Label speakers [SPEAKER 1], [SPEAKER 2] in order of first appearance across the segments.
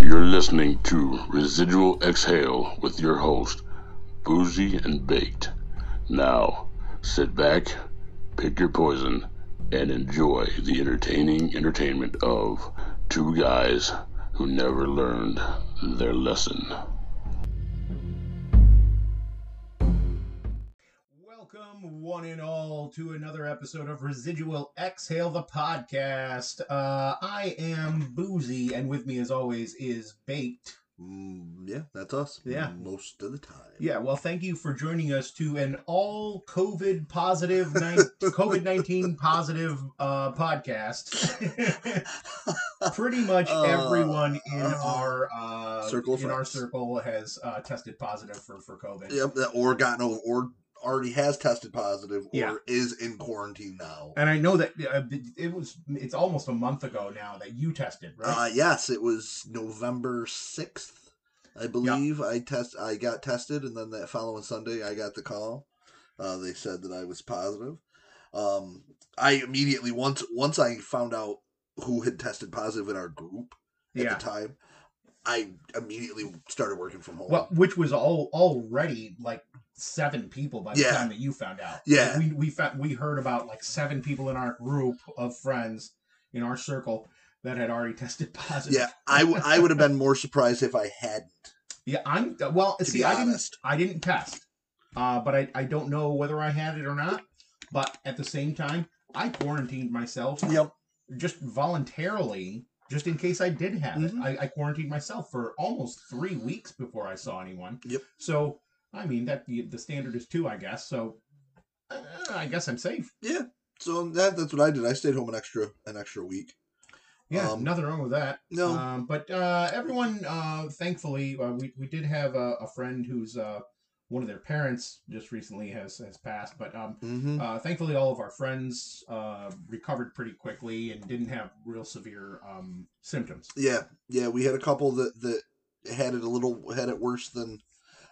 [SPEAKER 1] listening to Residual Exhale with your host, Boozy and Baked. Now, sit back, pick your poison, and enjoy the entertaining entertainment of two guys who never learned their lesson.
[SPEAKER 2] Welcome, one and all, to another episode of Residual Exhale, the podcast. Uh, I am Boozy, and with me, as always, is Baked.
[SPEAKER 3] Mm, yeah, that's us.
[SPEAKER 2] Yeah.
[SPEAKER 3] Most of the time.
[SPEAKER 2] Yeah, well, thank you for joining us to an all COVID positive, nine COVID 19 positive uh, podcast. Pretty much
[SPEAKER 3] Uh,
[SPEAKER 2] everyone in
[SPEAKER 3] uh,
[SPEAKER 2] our uh,
[SPEAKER 3] circle of
[SPEAKER 2] in our
[SPEAKER 3] friends.
[SPEAKER 2] circle has uh, tested positive for, for COVID.
[SPEAKER 3] Yep, that- or gotten over, or already has tested positive, or
[SPEAKER 2] Yeah.
[SPEAKER 3] is in quarantine now.
[SPEAKER 2] And I know that uh, it was it's almost a month ago now that you tested, right?
[SPEAKER 3] Uh, yes, it was November sixth, I believe. I test, I got tested, and then that following Sunday, I got the call. Uh, they said that I was positive. Um, I immediately once once I found out who had tested positive in our group at
[SPEAKER 2] yeah.
[SPEAKER 3] the time, I immediately started working from home.
[SPEAKER 2] Well, which was all already like seven people by the
[SPEAKER 3] Yeah.
[SPEAKER 2] time that you found out.
[SPEAKER 3] Yeah.
[SPEAKER 2] Like, we we found, we heard about like seven people in our group of friends in our circle that had already tested positive.
[SPEAKER 3] yeah, I, w- I would have been more surprised if I hadn't.
[SPEAKER 2] yeah. I'm well.
[SPEAKER 3] To
[SPEAKER 2] See,
[SPEAKER 3] be
[SPEAKER 2] I didn't
[SPEAKER 3] honest,
[SPEAKER 2] I didn't test, uh, but I I don't know whether I had it or not. But at the same time, I quarantined myself
[SPEAKER 3] yep.
[SPEAKER 2] just voluntarily, just in case I did have
[SPEAKER 3] Mhm.
[SPEAKER 2] it. I, I quarantined myself for almost three weeks before I saw anyone.
[SPEAKER 3] Yep.
[SPEAKER 2] So I mean that the, the standard is two, I guess. So uh, I guess I'm safe.
[SPEAKER 3] So that that's what I did. I stayed home an extra an extra week.
[SPEAKER 2] Yeah,
[SPEAKER 3] Um,
[SPEAKER 2] nothing wrong with that.
[SPEAKER 3] No,
[SPEAKER 2] Um, but uh, everyone, uh, thankfully, uh, we we did have a, a friend who's uh, one of their parents just recently has has passed, but um,
[SPEAKER 3] hmm
[SPEAKER 2] Uh, thankfully, all of our friends uh, recovered pretty quickly and didn't have real severe um, symptoms.
[SPEAKER 3] yeah, yeah. We had a couple that that had it a little had it worse than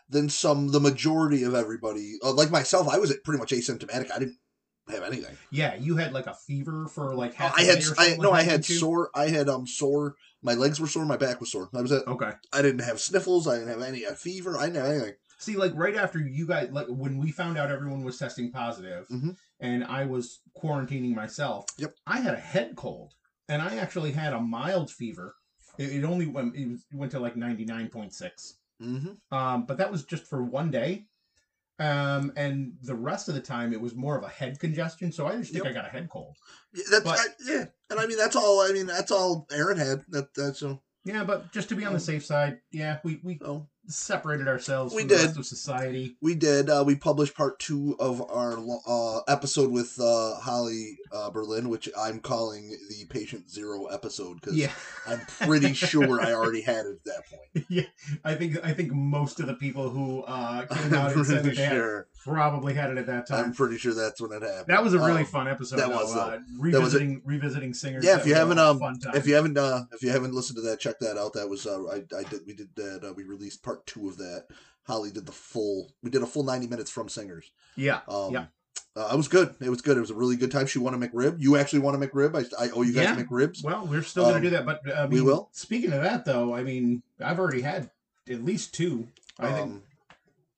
[SPEAKER 3] than some. The majority of everybody, uh, like myself, I was pretty much asymptomatic. I didn't have anything.
[SPEAKER 2] Yeah, you had like a fever for like half.
[SPEAKER 3] I
[SPEAKER 2] a
[SPEAKER 3] had
[SPEAKER 2] day or
[SPEAKER 3] I
[SPEAKER 2] something
[SPEAKER 3] no,
[SPEAKER 2] like
[SPEAKER 3] I
[SPEAKER 2] that,
[SPEAKER 3] had
[SPEAKER 2] didn't you?
[SPEAKER 3] sore. I had um sore. My legs were sore. My back was sore. That was it.
[SPEAKER 2] Okay.
[SPEAKER 3] I didn't have sniffles. I didn't have any a fever. I didn't have anything.
[SPEAKER 2] See, like right after you guys, like when we found out everyone was testing positive,
[SPEAKER 3] Mhm.
[SPEAKER 2] and I was quarantining myself.
[SPEAKER 3] Yep.
[SPEAKER 2] I had a head cold, and I actually had a mild fever. It, it only went it was, went to like ninety nine point six.
[SPEAKER 3] Mm-hmm.
[SPEAKER 2] Um, but that was just for one day. Um, and the rest of the time it was more of a head congestion. So I just think I got a head cold.
[SPEAKER 3] Yeah, that's
[SPEAKER 2] But-
[SPEAKER 3] I, yeah, and I mean that's all. I mean that's all Aaron had. That that's so.
[SPEAKER 2] Yeah, but just to be on the safe side, yeah, we, we
[SPEAKER 3] so.
[SPEAKER 2] separated ourselves
[SPEAKER 3] Mm. We
[SPEAKER 2] from the
[SPEAKER 3] did.
[SPEAKER 2] rest of society.
[SPEAKER 3] We did. Uh, we published part two of our lo- uh, episode with uh, Holly uh, Berlin, which I'm calling the Patient Zero episode because
[SPEAKER 2] Yeah,
[SPEAKER 3] I'm pretty sure I already had it at that point.
[SPEAKER 2] yeah. I think I think most of the people who uh, came out and said that they had-
[SPEAKER 3] sure.
[SPEAKER 2] probably had it at that time.
[SPEAKER 3] I'm pretty sure that's when it happened.
[SPEAKER 2] that was a really
[SPEAKER 3] Um,
[SPEAKER 2] fun episode.
[SPEAKER 3] that
[SPEAKER 2] though,
[SPEAKER 3] was,
[SPEAKER 2] uh,
[SPEAKER 3] that was a-
[SPEAKER 2] revisiting revisiting singers.
[SPEAKER 3] Yeah,
[SPEAKER 2] that
[SPEAKER 3] if you
[SPEAKER 2] was a
[SPEAKER 3] haven't, um,
[SPEAKER 2] fun time.
[SPEAKER 3] If you haven't, uh, if you haven't listened to that, check that out. That was uh, I, I did. We did that. Uh, we released part two of that. Holly did the full. We did a full 90 minutes from singers.
[SPEAKER 2] yeah,
[SPEAKER 3] Um,
[SPEAKER 2] Yeah.
[SPEAKER 3] Uh, it was good. It was good. It was a really good time. She won a McRib. You actually won a McRib. I, I owe you guys
[SPEAKER 2] Yeah.
[SPEAKER 3] McRibs.
[SPEAKER 2] well, we're still
[SPEAKER 3] um,
[SPEAKER 2] gonna do that, but I mean,
[SPEAKER 3] we will.
[SPEAKER 2] Speaking of that, though, I mean, I've already had at least two. I think.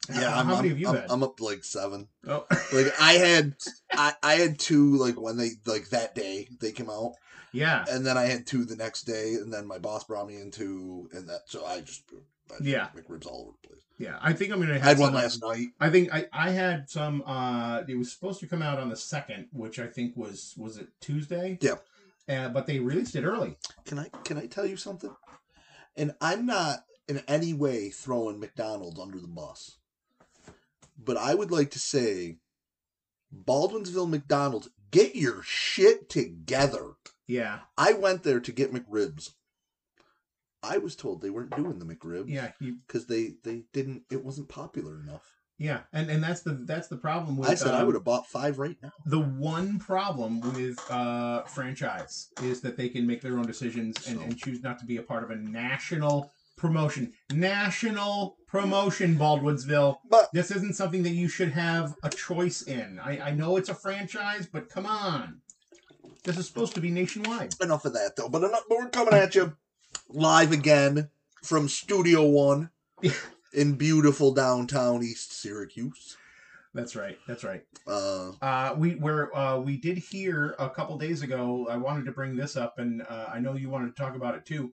[SPEAKER 3] Um, yeah,
[SPEAKER 2] how,
[SPEAKER 3] I'm,
[SPEAKER 2] how many
[SPEAKER 3] I'm-
[SPEAKER 2] have you
[SPEAKER 3] I'm,
[SPEAKER 2] had?
[SPEAKER 3] I'm up to like seven.
[SPEAKER 2] oh,
[SPEAKER 3] Like I had, I, I had two like when they like that day they came out,
[SPEAKER 2] yeah,
[SPEAKER 3] and then I had two the next day, and then my boss brought me in two, and that so I just I just
[SPEAKER 2] Yeah.
[SPEAKER 3] McRibs all over the place.
[SPEAKER 2] yeah. I think I'm gonna. Have
[SPEAKER 3] I had one
[SPEAKER 2] some-
[SPEAKER 3] last night.
[SPEAKER 2] I think I, I had some uh it was supposed to come out on the second, which I think was was it Tuesday?
[SPEAKER 3] Yeah.
[SPEAKER 2] Uh, but they released it early.
[SPEAKER 3] Can I can I tell you something? And I'm not in any way throwing McDonald's under the bus. But I would like to say Baldwinsville McDonald's, get your shit together.
[SPEAKER 2] Yeah.
[SPEAKER 3] I went there to get McRibs. I was told they weren't doing the McRibs
[SPEAKER 2] Yeah. You,
[SPEAKER 3] cuz they they didn't it wasn't popular enough.
[SPEAKER 2] yeah. And and that's the that's the problem with
[SPEAKER 3] I said I
[SPEAKER 2] um,
[SPEAKER 3] would have bought 5 right now.
[SPEAKER 2] the one problem with uh franchise is that they can make their own decisions and,
[SPEAKER 3] So-
[SPEAKER 2] and choose not to be a part of a national promotion. National promotion, Baldwinsville.
[SPEAKER 3] But
[SPEAKER 2] This isn't something that you should have a choice in. I, I know it's a franchise, but come on. This is supposed to be nationwide.
[SPEAKER 3] enough of that though. But enough, but we're coming at you live again from Studio One in beautiful downtown East Syracuse.
[SPEAKER 2] That's right. That's right.
[SPEAKER 3] Uh,
[SPEAKER 2] Uh, we where uh, we did hear a couple days ago. I wanted to bring this up, and uh, I know you wanted to talk about it too.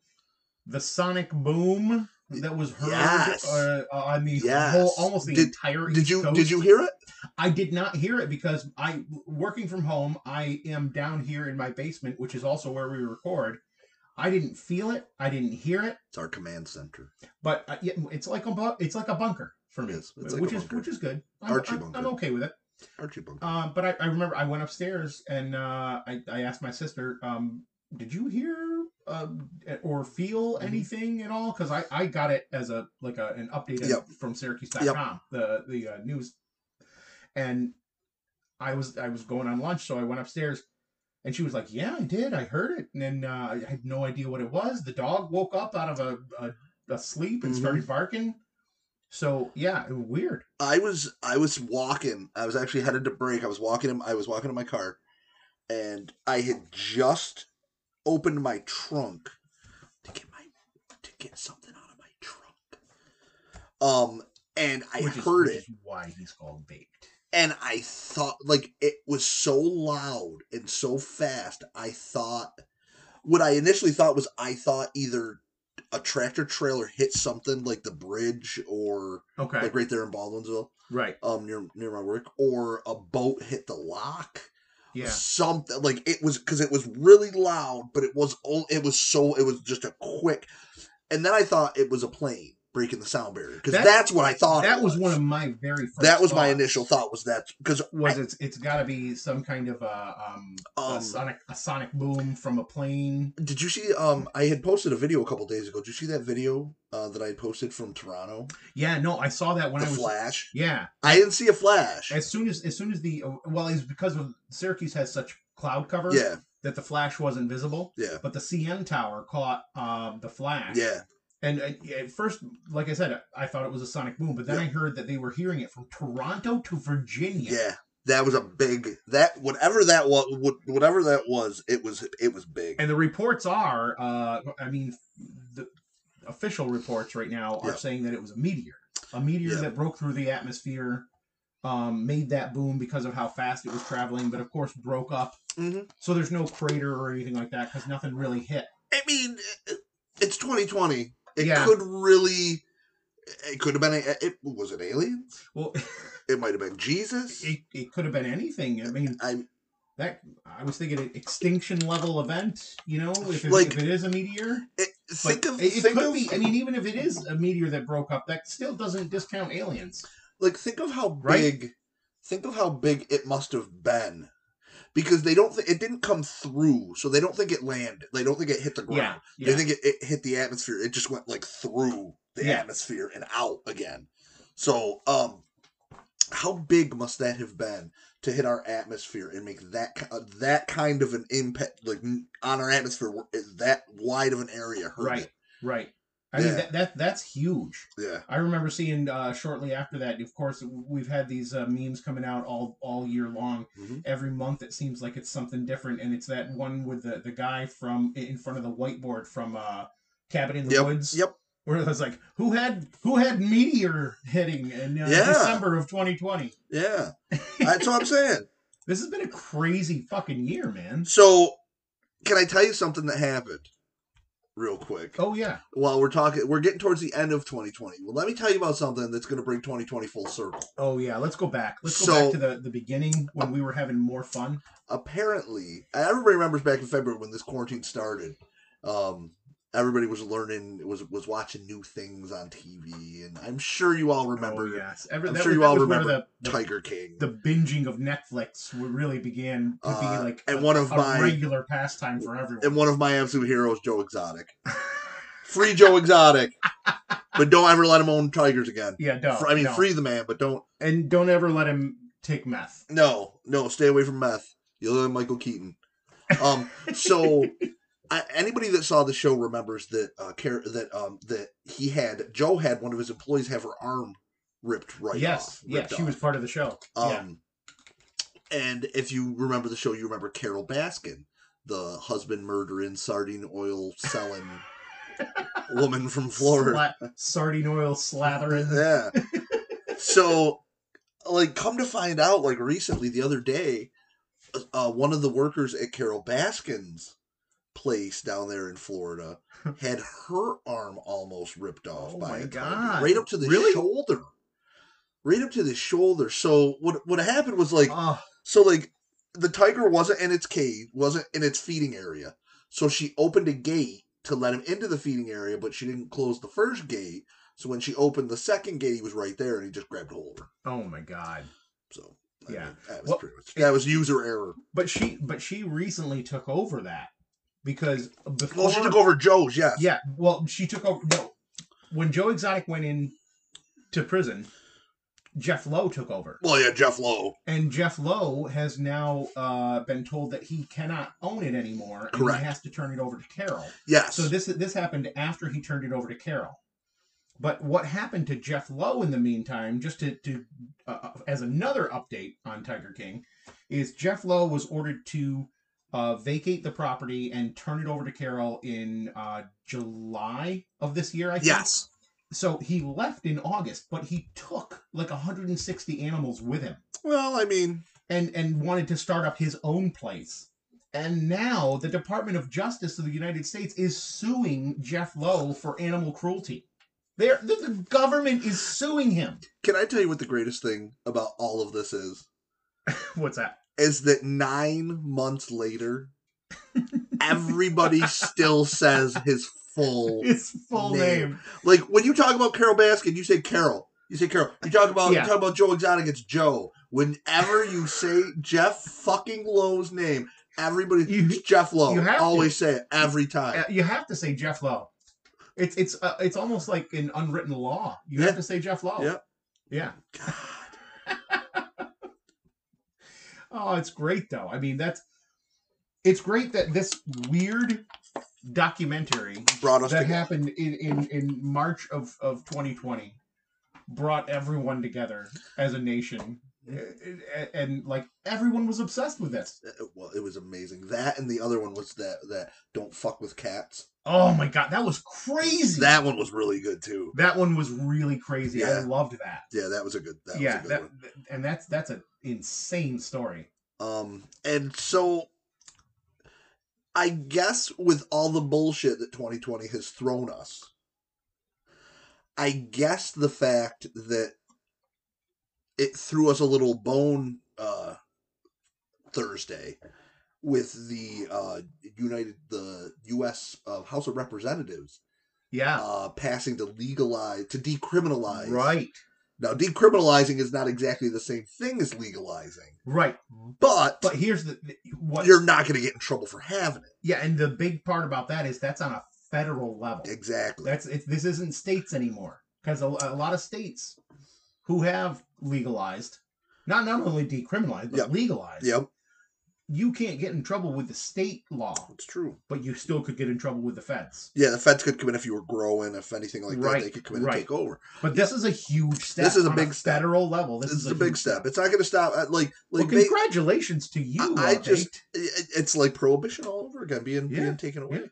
[SPEAKER 2] The sonic boom that was heard
[SPEAKER 3] Yes.
[SPEAKER 2] uh, on the
[SPEAKER 3] Yes.
[SPEAKER 2] whole, almost the
[SPEAKER 3] Did-
[SPEAKER 2] entire.
[SPEAKER 3] did
[SPEAKER 2] East
[SPEAKER 3] you
[SPEAKER 2] Coast.
[SPEAKER 3] did you hear it?
[SPEAKER 2] I did not hear it because I working from home. I am down here in my basement, which is also where we record. I didn't feel it. I didn't hear it.
[SPEAKER 3] It's our command center.
[SPEAKER 2] But uh, yeah, it's like a bu- it's like a bunker for me,
[SPEAKER 3] It is. It's like a
[SPEAKER 2] which is
[SPEAKER 3] bunker.
[SPEAKER 2] which is good. I'm,
[SPEAKER 3] Archie
[SPEAKER 2] I'm,
[SPEAKER 3] bunker.
[SPEAKER 2] I'm okay with it.
[SPEAKER 3] Archie Bunker.
[SPEAKER 2] Um, but I, I remember I went upstairs and uh, I, I asked my sister, um, did you hear um, or feel
[SPEAKER 3] Mhm.
[SPEAKER 2] anything at all? Because I, I got it as a like a, an update
[SPEAKER 3] Yep.
[SPEAKER 2] from Syracuse.com,
[SPEAKER 3] Yep.
[SPEAKER 2] the the uh, news, and I was I was going on lunch, so I went upstairs, and she was like, "Yeah, I did. I heard it." And then uh, I had no idea what it was. The dog woke up out of a a, a sleep and
[SPEAKER 3] Mhm.
[SPEAKER 2] started barking. So yeah, it was weird.
[SPEAKER 3] I was I was walking. I was actually headed to break. I was walking. In, I was walking in my car, and I had just opened my trunk to get my to get something out of my trunk. Um, and I
[SPEAKER 2] which is-
[SPEAKER 3] heard
[SPEAKER 2] which
[SPEAKER 3] it,
[SPEAKER 2] is why he's called baked.
[SPEAKER 3] and I thought like it was so loud and so fast. I thought what I initially thought was I thought either a tractor trailer hit something like the bridge or
[SPEAKER 2] Okay.
[SPEAKER 3] like right there in Baldwinsville
[SPEAKER 2] Right.
[SPEAKER 3] um near near my work or a boat hit the lock
[SPEAKER 2] Yeah.
[SPEAKER 3] something like it was because it was really loud but it was only it was so it was just a quick and then i thought it was a plane breaking the sound barrier because
[SPEAKER 2] That-
[SPEAKER 3] that's, what i thought it
[SPEAKER 2] That was one of my very first.
[SPEAKER 3] that was my
[SPEAKER 2] thoughts,
[SPEAKER 3] initial thought was that because
[SPEAKER 2] Was it's it's got to be some kind of a um, a
[SPEAKER 3] Um,
[SPEAKER 2] sonic a sonic boom from a plane.
[SPEAKER 3] did you see um i had posted a video a couple days ago did you see that video uh that i had posted from toronto
[SPEAKER 2] Yeah. No, I saw that when
[SPEAKER 3] the
[SPEAKER 2] I was.
[SPEAKER 3] flash
[SPEAKER 2] Yeah.
[SPEAKER 3] i didn't see a flash
[SPEAKER 2] As soon as as soon as the well, it's because of Syracuse has such cloud cover
[SPEAKER 3] yeah
[SPEAKER 2] that the flash wasn't visible.
[SPEAKER 3] Yeah.
[SPEAKER 2] But the CN tower caught um, the flash.
[SPEAKER 3] yeah
[SPEAKER 2] And uh, yeah, at first, like I said, I thought it was a sonic boom, but then
[SPEAKER 3] Yeah.
[SPEAKER 2] I heard that they were hearing it from Toronto to Virginia.
[SPEAKER 3] yeah that was a big that whatever that was whatever that was it was it was big
[SPEAKER 2] And the reports are, uh, I mean, the official reports right now are
[SPEAKER 3] Yeah.
[SPEAKER 2] saying that it was a meteor, a meteor
[SPEAKER 3] Yeah.
[SPEAKER 2] that broke through the atmosphere, um, made that boom because of how fast it was traveling, but of course broke up.
[SPEAKER 3] hmm
[SPEAKER 2] So there's no crater or anything like that because nothing really hit.
[SPEAKER 3] I mean, it- it's 2020. It
[SPEAKER 2] Yeah.
[SPEAKER 3] could really. It could have been. A, it was it aliens.
[SPEAKER 2] Well,
[SPEAKER 3] It might have been Jesus.
[SPEAKER 2] it, it could have been anything. I mean,
[SPEAKER 3] I'm
[SPEAKER 2] that I was thinking an extinction level event. You know, if it,
[SPEAKER 3] Like-
[SPEAKER 2] if it is a meteor,
[SPEAKER 3] it,
[SPEAKER 2] but
[SPEAKER 3] think of
[SPEAKER 2] it, it
[SPEAKER 3] think
[SPEAKER 2] could
[SPEAKER 3] of
[SPEAKER 2] be. I mean, even if it is a meteor that broke up, that still doesn't discount aliens.
[SPEAKER 3] like think of how
[SPEAKER 2] Right?
[SPEAKER 3] big. Think of how big it must have been, because they don't. Th- it didn't come through, so they don't think it landed. They don't think it hit the ground.
[SPEAKER 2] Yeah,
[SPEAKER 3] They think it, it hit the atmosphere. It just went like through the
[SPEAKER 2] Yeah.
[SPEAKER 3] atmosphere and out again. So, um, how big must that have been to hit our atmosphere and make that ki- uh, that kind of an impact, like n- on our atmosphere, where it- that wide of an area? Hurt
[SPEAKER 2] Right.
[SPEAKER 3] it?
[SPEAKER 2] Right. I mean
[SPEAKER 3] Yeah.
[SPEAKER 2] that, that that's huge.
[SPEAKER 3] Yeah.
[SPEAKER 2] I remember seeing uh, shortly after that. Of course, we've had these uh, memes coming out all all year long.
[SPEAKER 3] Mhm.
[SPEAKER 2] Every month, it seems like it's something different, and it's that one with the the guy from in front of the whiteboard from uh, Cabin in the
[SPEAKER 3] Yep.
[SPEAKER 2] Woods.
[SPEAKER 3] Yep.
[SPEAKER 2] Where it was like, who had who had meteor hitting in uh,
[SPEAKER 3] Yeah.
[SPEAKER 2] December of 2020?
[SPEAKER 3] Yeah. That's what I'm saying.
[SPEAKER 2] This has been a crazy fucking year, man.
[SPEAKER 3] So, can I tell you something that happened, real quick?
[SPEAKER 2] Oh yeah,
[SPEAKER 3] While we're talking, we're getting towards the end of 2020. Well, let me tell you about something that's going to bring 2020 full circle.
[SPEAKER 2] oh yeah. Let's go back. Let's go back
[SPEAKER 3] So-
[SPEAKER 2] to the the beginning when we were having more fun.
[SPEAKER 3] apparently everybody remembers back in February when this quarantine started. Um, everybody was learning, was was watching new things on TV, and I'm sure you all remember
[SPEAKER 2] Oh, yes. Every,
[SPEAKER 3] I'm
[SPEAKER 2] that
[SPEAKER 3] sure
[SPEAKER 2] was-
[SPEAKER 3] you
[SPEAKER 2] that
[SPEAKER 3] all
[SPEAKER 2] was where
[SPEAKER 3] remember
[SPEAKER 2] the, the,
[SPEAKER 3] Tiger King.
[SPEAKER 2] the binging of Netflix w- really began to
[SPEAKER 3] Uh,
[SPEAKER 2] be like
[SPEAKER 3] and
[SPEAKER 2] a,
[SPEAKER 3] one of
[SPEAKER 2] a
[SPEAKER 3] my-
[SPEAKER 2] regular pastime for everyone.
[SPEAKER 3] and one of my absolute heroes, Joe Exotic. Free Joe Exotic, but don't ever let him own Tigers again.
[SPEAKER 2] yeah, no,
[SPEAKER 3] Fr- I mean,
[SPEAKER 2] no.
[SPEAKER 3] free the man, but don't.
[SPEAKER 2] and don't ever let him take meth.
[SPEAKER 3] No, no, stay away from meth. You'll look like Michael Keaton. Um, so I, anybody that saw the show remembers that uh, care that um that he had Joe had one of his employees have her arm ripped right
[SPEAKER 2] yes,
[SPEAKER 3] off.
[SPEAKER 2] yeah,
[SPEAKER 3] ripped
[SPEAKER 2] she was part of the show.
[SPEAKER 3] off.
[SPEAKER 2] yeah,
[SPEAKER 3] Um, and if you remember the show, you remember Carol Baskin, the husband murdering, sardine oil selling woman from Florida.
[SPEAKER 2] Sla- sardine oil slathering.
[SPEAKER 3] Yeah. so, like, come to find out, like recently the other day, uh, one of the workers at Carol Baskin's place down there in Florida had her arm almost ripped off
[SPEAKER 2] Oh
[SPEAKER 3] by
[SPEAKER 2] my
[SPEAKER 3] a car,
[SPEAKER 2] God.
[SPEAKER 3] right up to the
[SPEAKER 2] Really?
[SPEAKER 3] shoulder, right up to the shoulder. So what what happened was like
[SPEAKER 2] Oh,
[SPEAKER 3] so like the tiger wasn't in its cage, wasn't in its feeding area. So she opened a gate to let him into the feeding area, but she didn't close the first gate. So when she opened the second gate, he was right there, and he just grabbed hold of her.
[SPEAKER 2] oh my god.
[SPEAKER 3] So
[SPEAKER 2] Yeah.
[SPEAKER 3] mean, that was
[SPEAKER 2] Well,
[SPEAKER 3] pretty much that was user error.
[SPEAKER 2] But she but she recently took over that because before
[SPEAKER 3] Well, she took over Joe's, yes.
[SPEAKER 2] Yeah, well, she took over no. When Joe Exotic went in to prison, Jeff Lowe took over.
[SPEAKER 3] Well, yeah, Jeff Lowe.
[SPEAKER 2] And Jeff Lowe has now uh, been told that he cannot own it anymore and
[SPEAKER 3] Correct.
[SPEAKER 2] he has to turn it over to Carol.
[SPEAKER 3] Yes.
[SPEAKER 2] So this this happened after he turned it over to Carol. But what happened to Jeff Lowe in the meantime, just to, to uh, as another update on Tiger King, is Jeff Lowe was ordered to uh, vacate the property and turn it over to Carol in uh, July of this year, I think.
[SPEAKER 3] yes.
[SPEAKER 2] So he left in August, but he took like 160 animals with him
[SPEAKER 3] Well, I mean,
[SPEAKER 2] and and wanted to start up his own place. And now the Department of Justice of the United States is suing Jeff Lowe for animal cruelty. They're, the, the government is suing him.
[SPEAKER 3] can I tell you what the greatest thing about all of this is?
[SPEAKER 2] What's that?
[SPEAKER 3] Is that nine months later, everybody still says his full
[SPEAKER 2] His full
[SPEAKER 3] Name.
[SPEAKER 2] name.
[SPEAKER 3] Like when you talk about Carol Baskin, you say Carol. You say Carol. You talk about
[SPEAKER 2] Yeah.
[SPEAKER 3] you talk about Joe Exotic, it's Joe. Whenever you say Jeff fucking Lowe's name, everybody
[SPEAKER 2] You-
[SPEAKER 3] it's Jeff Lowe.
[SPEAKER 2] you have to.
[SPEAKER 3] always say it every
[SPEAKER 2] Uh,
[SPEAKER 3] time.
[SPEAKER 2] You have to say Jeff Lowe. It's it's uh, it's almost like an unwritten law. You
[SPEAKER 3] Yeah.
[SPEAKER 2] have to say Jeff Lowe.
[SPEAKER 3] Yep.
[SPEAKER 2] Yeah.
[SPEAKER 3] God.
[SPEAKER 2] Oh, it's great though. I mean, that's it's great that this weird documentary
[SPEAKER 3] Brought us
[SPEAKER 2] that
[SPEAKER 3] together.
[SPEAKER 2] happened in, in, in March of, of 2020 brought everyone together as a nation. And, and, like everyone was obsessed with this.
[SPEAKER 3] Uh, Well, it was amazing. That and the other one was that that don't fuck with cats.
[SPEAKER 2] Oh my god, that was crazy. That,
[SPEAKER 3] That one was really good too.
[SPEAKER 2] one was really crazy. I
[SPEAKER 3] Yeah.
[SPEAKER 2] loved that.
[SPEAKER 3] Yeah, that was a good. That
[SPEAKER 2] yeah,
[SPEAKER 3] was a good
[SPEAKER 2] that,
[SPEAKER 3] one.
[SPEAKER 2] and that's that's an insane story.
[SPEAKER 3] Um, and so I guess with all the bullshit that 2020 has thrown us, I guess the fact that it threw us a little bone uh, Thursday with the uh, United the U.S. Uh, House of Representatives
[SPEAKER 2] Yeah,
[SPEAKER 3] uh, passing to legalize to decriminalize.
[SPEAKER 2] right,
[SPEAKER 3] now, decriminalizing is not exactly the same thing as legalizing,
[SPEAKER 2] right.
[SPEAKER 3] but
[SPEAKER 2] But here's the what.
[SPEAKER 3] you're not going to get in trouble for having it.
[SPEAKER 2] yeah, and the big part about that is that's on a federal level.
[SPEAKER 3] Exactly.
[SPEAKER 2] That's it's, this isn't states anymore because a, a lot of states who have legalized, not not only decriminalized but
[SPEAKER 3] Yep.
[SPEAKER 2] legalized.
[SPEAKER 3] yep,
[SPEAKER 2] You can't get in trouble with the state law,
[SPEAKER 3] it's true.
[SPEAKER 2] but you still could get in trouble with the feds.
[SPEAKER 3] Yeah, the feds could come in if you were growing, if anything like that, they
[SPEAKER 2] Right,
[SPEAKER 3] could come in
[SPEAKER 2] right.
[SPEAKER 3] and take over.
[SPEAKER 2] But this is a huge step.
[SPEAKER 3] This is a
[SPEAKER 2] on
[SPEAKER 3] big step.
[SPEAKER 2] federal level. This,
[SPEAKER 3] This is a
[SPEAKER 2] huge
[SPEAKER 3] big step. It's not going to stop. uh, Like,
[SPEAKER 2] Well,
[SPEAKER 3] like they-
[SPEAKER 2] congratulations to you.
[SPEAKER 3] I- I
[SPEAKER 2] Update.
[SPEAKER 3] just- it- it's like prohibition all over again, being
[SPEAKER 2] Yeah,
[SPEAKER 3] being taken away.
[SPEAKER 2] yeah.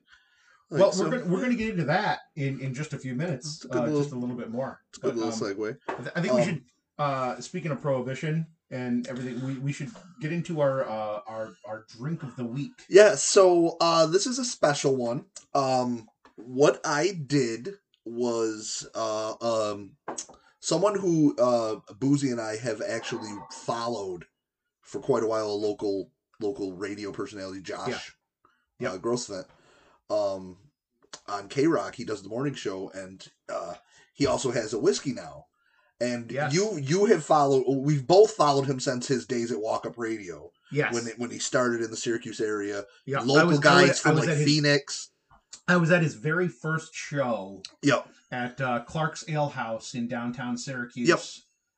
[SPEAKER 3] Like,
[SPEAKER 2] well,
[SPEAKER 3] so-
[SPEAKER 2] we're gonna, we're going to get into that in, in just a few minutes,
[SPEAKER 3] It's a good
[SPEAKER 2] uh,
[SPEAKER 3] little-
[SPEAKER 2] just a little bit more.
[SPEAKER 3] It's a good
[SPEAKER 2] But,
[SPEAKER 3] little
[SPEAKER 2] um,
[SPEAKER 3] segue.
[SPEAKER 2] I th- I think we
[SPEAKER 3] Um,
[SPEAKER 2] should. Uh, speaking of prohibition and everything, we, we should get into our uh, our our drink of the week.
[SPEAKER 3] Yeah, so uh, this is a special one. Um, what I did was uh, um, someone who uh, Boozy and I have actually followed for quite a while, a local local radio personality, Josh
[SPEAKER 2] Yeah.
[SPEAKER 3] Uh, Grossvent, um, on K Rock. He does the morning show, and uh, he also has a whiskey now. And
[SPEAKER 2] Yes.
[SPEAKER 3] you you have followed. We've both followed him since his days at Walk Up Radio
[SPEAKER 2] Yes,
[SPEAKER 3] when when he started in the Syracuse area.
[SPEAKER 2] yeah, I
[SPEAKER 3] Local
[SPEAKER 2] was- I
[SPEAKER 3] guys
[SPEAKER 2] was- I
[SPEAKER 3] from
[SPEAKER 2] was
[SPEAKER 3] like
[SPEAKER 2] at his-
[SPEAKER 3] Phoenix.
[SPEAKER 2] I was at his very first show
[SPEAKER 3] Yep.
[SPEAKER 2] at uh, Clark's Ale House in downtown Syracuse.
[SPEAKER 3] Yep.